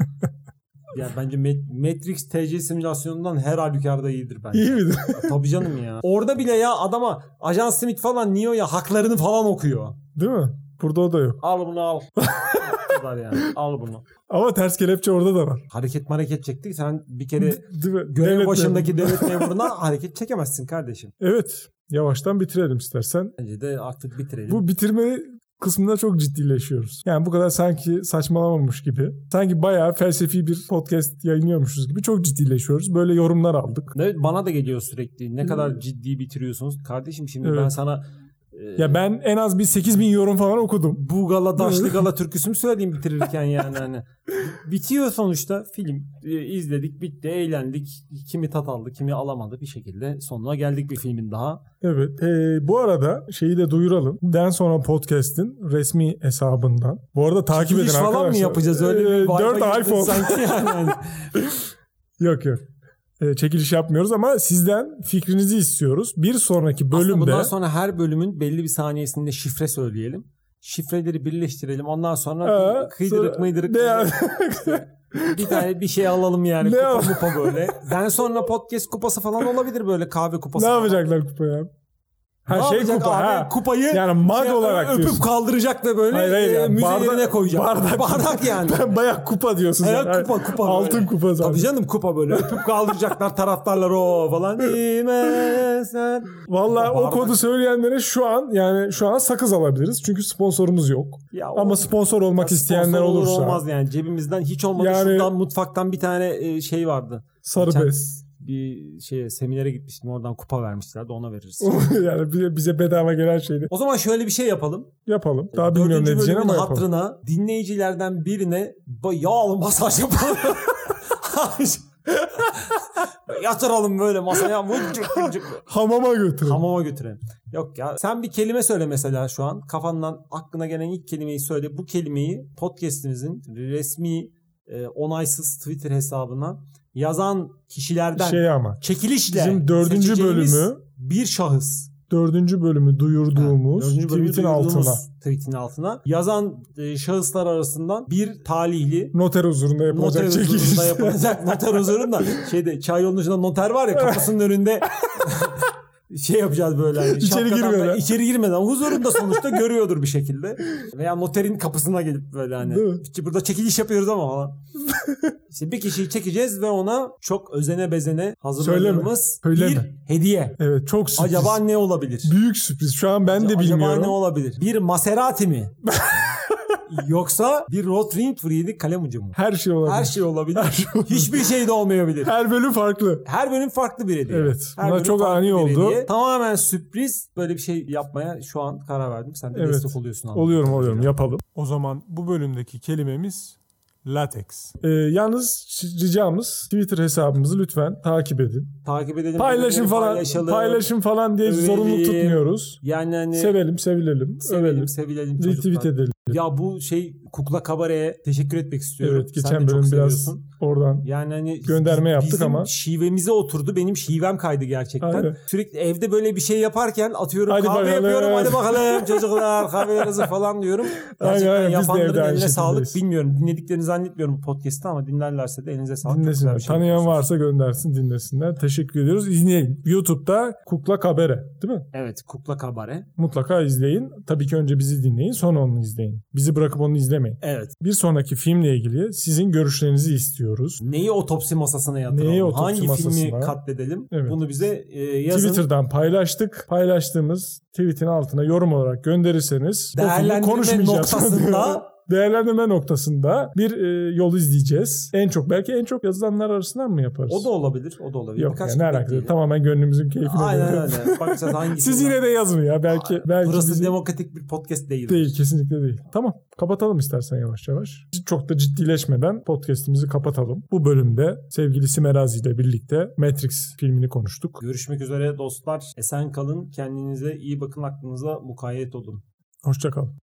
[SPEAKER 1] ya bence Mat- Matrix TC simülasyonundan her halükarda iyidir bence.
[SPEAKER 2] İyi midir?
[SPEAKER 1] Tabii canım ya. Orada bile ya adama Ajan Smith falan Neo ya haklarını falan okuyor.
[SPEAKER 2] Değil mi? Burada o da yok.
[SPEAKER 1] Al bunu al. Bu kadar yani. Al bunu.
[SPEAKER 2] Ama ters kelepçe orada da var.
[SPEAKER 1] Hareket hareket çektik. Sen bir kere
[SPEAKER 2] Değil mi?
[SPEAKER 1] görev
[SPEAKER 2] Devlet
[SPEAKER 1] başındaki
[SPEAKER 2] memuru.
[SPEAKER 1] devlet memuruna hareket çekemezsin kardeşim.
[SPEAKER 2] Evet. Yavaştan bitirelim istersen.
[SPEAKER 1] Bence de artık bitirelim.
[SPEAKER 2] Bu bitirme kısmında çok ciddileşiyoruz. Yani bu kadar sanki saçmalamamış gibi. Sanki bayağı felsefi bir podcast yayınlıyormuşuz gibi çok ciddileşiyoruz. Böyle yorumlar aldık.
[SPEAKER 1] Evet, bana da geliyor sürekli. Ne
[SPEAKER 2] Hmm.
[SPEAKER 1] kadar ciddi bitiriyorsunuz. Kardeşim şimdi
[SPEAKER 2] Evet.
[SPEAKER 1] ben sana e,
[SPEAKER 2] Ya ben en az bir 8000 yorum falan okudum.
[SPEAKER 1] bu gala daşlı gala türküsü mü söyleyeyim bitirirken yani hani. Bitiyor sonuçta film. Ee, izledik bitti eğlendik. Kimi tat aldı kimi alamadı bir şekilde sonuna geldik bir filmin daha.
[SPEAKER 2] Evet. e, bu arada şeyi de duyuralım. Den sonra podcast'in resmi hesabından. Bu arada takip edin
[SPEAKER 1] Çekiliş
[SPEAKER 2] arkadaşlar.
[SPEAKER 1] falan mı yapacağız öyle bir vibe'a
[SPEAKER 2] 4
[SPEAKER 1] girdin
[SPEAKER 2] iPhone.
[SPEAKER 1] Sanki yani. Hani
[SPEAKER 2] Yok yok. E, çekiliş yapmıyoruz ama sizden fikrinizi istiyoruz. Bir sonraki
[SPEAKER 1] Aslında
[SPEAKER 2] bölümde
[SPEAKER 1] bundan sonra her bölümün belli bir saniyesinde şifre söyleyelim. Şifreleri birleştirelim. Ondan sonra
[SPEAKER 2] Ee,
[SPEAKER 1] bir kıydırık
[SPEAKER 2] sonra-
[SPEAKER 1] mıydırık
[SPEAKER 2] Ne ya?
[SPEAKER 1] bir tane bir şey alalım yani.
[SPEAKER 2] Ne
[SPEAKER 1] kupa
[SPEAKER 2] al-
[SPEAKER 1] mupa böyle. Ben sonra podcast kupası falan olabilir böyle kahve kupası.
[SPEAKER 2] ne
[SPEAKER 1] falan.
[SPEAKER 2] yapacaklar kupaya? Her
[SPEAKER 1] Ne
[SPEAKER 2] şey
[SPEAKER 1] yapacak
[SPEAKER 2] kupa
[SPEAKER 1] abi?
[SPEAKER 2] ha.
[SPEAKER 1] Kupayı
[SPEAKER 2] Yani mug
[SPEAKER 1] şey,
[SPEAKER 2] olarak
[SPEAKER 1] öpüp
[SPEAKER 2] diyorsun.
[SPEAKER 1] kaldıracak ve böyle
[SPEAKER 2] Hayır, hayır
[SPEAKER 1] e,
[SPEAKER 2] yani
[SPEAKER 1] müze
[SPEAKER 2] bardak-
[SPEAKER 1] yerine koyacak.
[SPEAKER 2] bardak.
[SPEAKER 1] yani.
[SPEAKER 2] Bayağı kupa diyorsun sen.
[SPEAKER 1] Evet, kupa kupa.
[SPEAKER 2] Altın
[SPEAKER 1] böyle.
[SPEAKER 2] kupa zaten.
[SPEAKER 1] Tabii canım kupa böyle. Öpüp kaldıracaklar taraftarlar o falan. İme sen.
[SPEAKER 2] Vallahi o
[SPEAKER 1] Bardak.
[SPEAKER 2] kodu söyleyenlere şu an yani şu an sakız alabiliriz. Çünkü sponsorumuz yok.
[SPEAKER 1] Ya o-
[SPEAKER 2] Ama sponsor olmak isteyenler
[SPEAKER 1] Sponsor olur
[SPEAKER 2] olursa
[SPEAKER 1] olmaz yani cebimizden hiç olmadı
[SPEAKER 2] Yani-
[SPEAKER 1] şuradan mutfaktan bir tane e, şey vardı.
[SPEAKER 2] sarı
[SPEAKER 1] Geçen-
[SPEAKER 2] bez.
[SPEAKER 1] Bir şeye seminere gitmiştim oradan kupa vermişlerdi ona veririz.
[SPEAKER 2] Oh. yani bize, bize bedava gelen şeyi
[SPEAKER 1] o zaman şöyle bir şey yapalım.
[SPEAKER 2] yapalım. Daha
[SPEAKER 1] Dördüncü
[SPEAKER 2] bilmiyorum ne diyeceğim
[SPEAKER 1] bölümün
[SPEAKER 2] ama yapalım.
[SPEAKER 1] hatırına dinleyicilerden birine ba- yağlı masaj yapalım. Yatıralım böyle masaya mıncık mıncık.
[SPEAKER 2] Hamama götürün.
[SPEAKER 1] Hamama götürelim. Yok ya sen bir kelime söyle mesela şu an. Kafandan aklına gelen ilk kelimeyi söyle. Bu kelimeyi podcastimizin resmi e, onaysız Twitter hesabına yazan kişilerden
[SPEAKER 2] şey ama.
[SPEAKER 1] çekilişle
[SPEAKER 2] Bizim dördüncü
[SPEAKER 1] seçeceğimiz
[SPEAKER 2] bölümü-
[SPEAKER 1] bir şahıs.
[SPEAKER 2] Dördüncü bölümü duyurduğumuz
[SPEAKER 1] Dördüncü bölümü
[SPEAKER 2] tweetin
[SPEAKER 1] duyurduğumuz
[SPEAKER 2] altına.
[SPEAKER 1] tweetin altına yazan e, şahıslar arasından bir talihli
[SPEAKER 2] Noter huzurunda
[SPEAKER 1] noter
[SPEAKER 2] yapılacak çekiliş.
[SPEAKER 1] huzurunda yapılacak noter huzurunda şeyde çay yolunun ucunda noter var ya kapısının önünde şey yapacağız böyle. hani,
[SPEAKER 2] İçeri
[SPEAKER 1] şapkadan
[SPEAKER 2] girmeden.
[SPEAKER 1] böyle, içeri girmeden huzurunda sonuçta görüyordur bir şekilde. Veya noterin kapısına gelip böyle hani
[SPEAKER 2] Değil mi?
[SPEAKER 1] "İşte burada çekiliş yapıyoruz ama falan. işte bir kişiyi çekeceğiz ve ona çok özene bezene hazırladığımız
[SPEAKER 2] Söyleme,
[SPEAKER 1] bir
[SPEAKER 2] söyleme.
[SPEAKER 1] hediye.
[SPEAKER 2] evet çok sürpriz.
[SPEAKER 1] Acaba ne olabilir?
[SPEAKER 2] Büyük sürpriz. Şu an ben de
[SPEAKER 1] Acaba
[SPEAKER 2] bilmiyorum.
[SPEAKER 1] ne olabilir? Bir Maserati mi? Yoksa bir Rotring 47 kalem ucu mu?
[SPEAKER 2] Her şey olabilir.
[SPEAKER 1] Her
[SPEAKER 2] Her,
[SPEAKER 1] şey olabilir. Hiçbir şey de olmayabilir.
[SPEAKER 2] bölüm farklı.
[SPEAKER 1] Her bölüm farklı bir hediye.
[SPEAKER 2] Evet.
[SPEAKER 1] Her
[SPEAKER 2] Buna
[SPEAKER 1] bölüm
[SPEAKER 2] çok
[SPEAKER 1] farklı
[SPEAKER 2] ani
[SPEAKER 1] bir
[SPEAKER 2] oldu.
[SPEAKER 1] hediye. Tamamen sürpriz böyle bir şey yapmaya şu an karar verdim. Sen de
[SPEAKER 2] Evet.
[SPEAKER 1] destek oluyorsun. anladım.
[SPEAKER 2] Oluyorum oluyorum yapalım. O zaman bu bölümdeki kelimemiz latex. Ee, yalnız şi- ricamız Twitter hesabımızı lütfen takip edin.
[SPEAKER 1] Takip edelim.
[SPEAKER 2] Paylaşın
[SPEAKER 1] bölümleri
[SPEAKER 2] falan
[SPEAKER 1] paylaşalım.
[SPEAKER 2] paylaşın falan diye
[SPEAKER 1] Övelim.
[SPEAKER 2] zorunluluk tutmuyoruz.
[SPEAKER 1] Yani hani
[SPEAKER 2] Sevelim, sevilelim, övelim.
[SPEAKER 1] sevelim, sevilelim
[SPEAKER 2] Retweet
[SPEAKER 1] çocuklar.
[SPEAKER 2] edelim.
[SPEAKER 1] Ya bu şey Kukla Kabare'ye teşekkür etmek istiyorum.
[SPEAKER 2] Evet,
[SPEAKER 1] Sen de
[SPEAKER 2] geçen
[SPEAKER 1] çok
[SPEAKER 2] bölüm biraz
[SPEAKER 1] seviyorsun.
[SPEAKER 2] oradan.
[SPEAKER 1] Yani hani
[SPEAKER 2] Gönderme
[SPEAKER 1] biz-
[SPEAKER 2] yaptık
[SPEAKER 1] bizim
[SPEAKER 2] ama.
[SPEAKER 1] şivemize oturdu. Benim şivem kaydı gerçekten.
[SPEAKER 2] Aynen.
[SPEAKER 1] Sürekli evde böyle bir şey yaparken atıyorum
[SPEAKER 2] Hadi
[SPEAKER 1] kahve
[SPEAKER 2] bakalım.
[SPEAKER 1] yapıyorum hadi bakalım çocuklar kahvelerinizi falan diyorum. Gerçekten
[SPEAKER 2] aynen, biz de evde
[SPEAKER 1] yapanların
[SPEAKER 2] aynı
[SPEAKER 1] eline sağlık
[SPEAKER 2] şekildeyiz.
[SPEAKER 1] bilmiyorum. Dinlediklerini zannetmiyorum bu podcast'ı ama dinlerlerse de elinize sağlık. Çok güzel
[SPEAKER 2] Dinlesinler.
[SPEAKER 1] bir şey.
[SPEAKER 2] Tanıyan varsa göndersin dinlesinler. Teşekkür ediyoruz. İzleyin. YouTube'da Kukla Kabere değil mi?
[SPEAKER 1] Evet Kukla Kabare.
[SPEAKER 2] Mutlaka izleyin. Tabii ki önce bizi dinleyin sonra onu izleyin. Bizi bırakıp onu izlemeyin.
[SPEAKER 1] Evet.
[SPEAKER 2] Bir sonraki filmle ilgili sizin görüşlerinizi istiyoruz.
[SPEAKER 1] Neyi otopsi masasına yatıralım?
[SPEAKER 2] Neyi otopsi
[SPEAKER 1] Hangi
[SPEAKER 2] masasına?
[SPEAKER 1] filmi katledelim?
[SPEAKER 2] Evet.
[SPEAKER 1] Bunu bize e, yazın.
[SPEAKER 2] Twitter'dan paylaştık. Paylaştığımız tweetin altına yorum olarak gönderirseniz o filmi
[SPEAKER 1] Değerlendirme
[SPEAKER 2] konuşmayacağız.
[SPEAKER 1] noktasında
[SPEAKER 2] Değerlendirme noktasında bir e, yol izleyeceğiz. En çok belki en çok yazılanlar arasından mı yaparız?
[SPEAKER 1] o da olabilir. O da olabilir.
[SPEAKER 2] Yok
[SPEAKER 1] Birkaç
[SPEAKER 2] yani ne
[SPEAKER 1] film
[SPEAKER 2] alakası var.
[SPEAKER 1] bekleyelim.
[SPEAKER 2] Tamamen gönlümüzün keyfine
[SPEAKER 1] Aynen
[SPEAKER 2] göre.
[SPEAKER 1] öyle. Bakacağız hangi
[SPEAKER 2] Siz
[SPEAKER 1] film-
[SPEAKER 2] yine de yazın ya. Belki belki
[SPEAKER 1] Burası
[SPEAKER 2] bizi-
[SPEAKER 1] demokratik bir podcast değil.
[SPEAKER 2] değil kesinlikle değil. Tamam kapatalım istersen yavaş yavaş. Çok da ciddileşmeden podcast'imizi kapatalım. Bu bölümde sevgili Simerazi ile birlikte Matrix filmini konuştuk.
[SPEAKER 1] Görüşmek üzere dostlar. Esen kalın. Kendinize iyi bakın. Aklınıza mukayyet olun.
[SPEAKER 2] Hoşçakalın.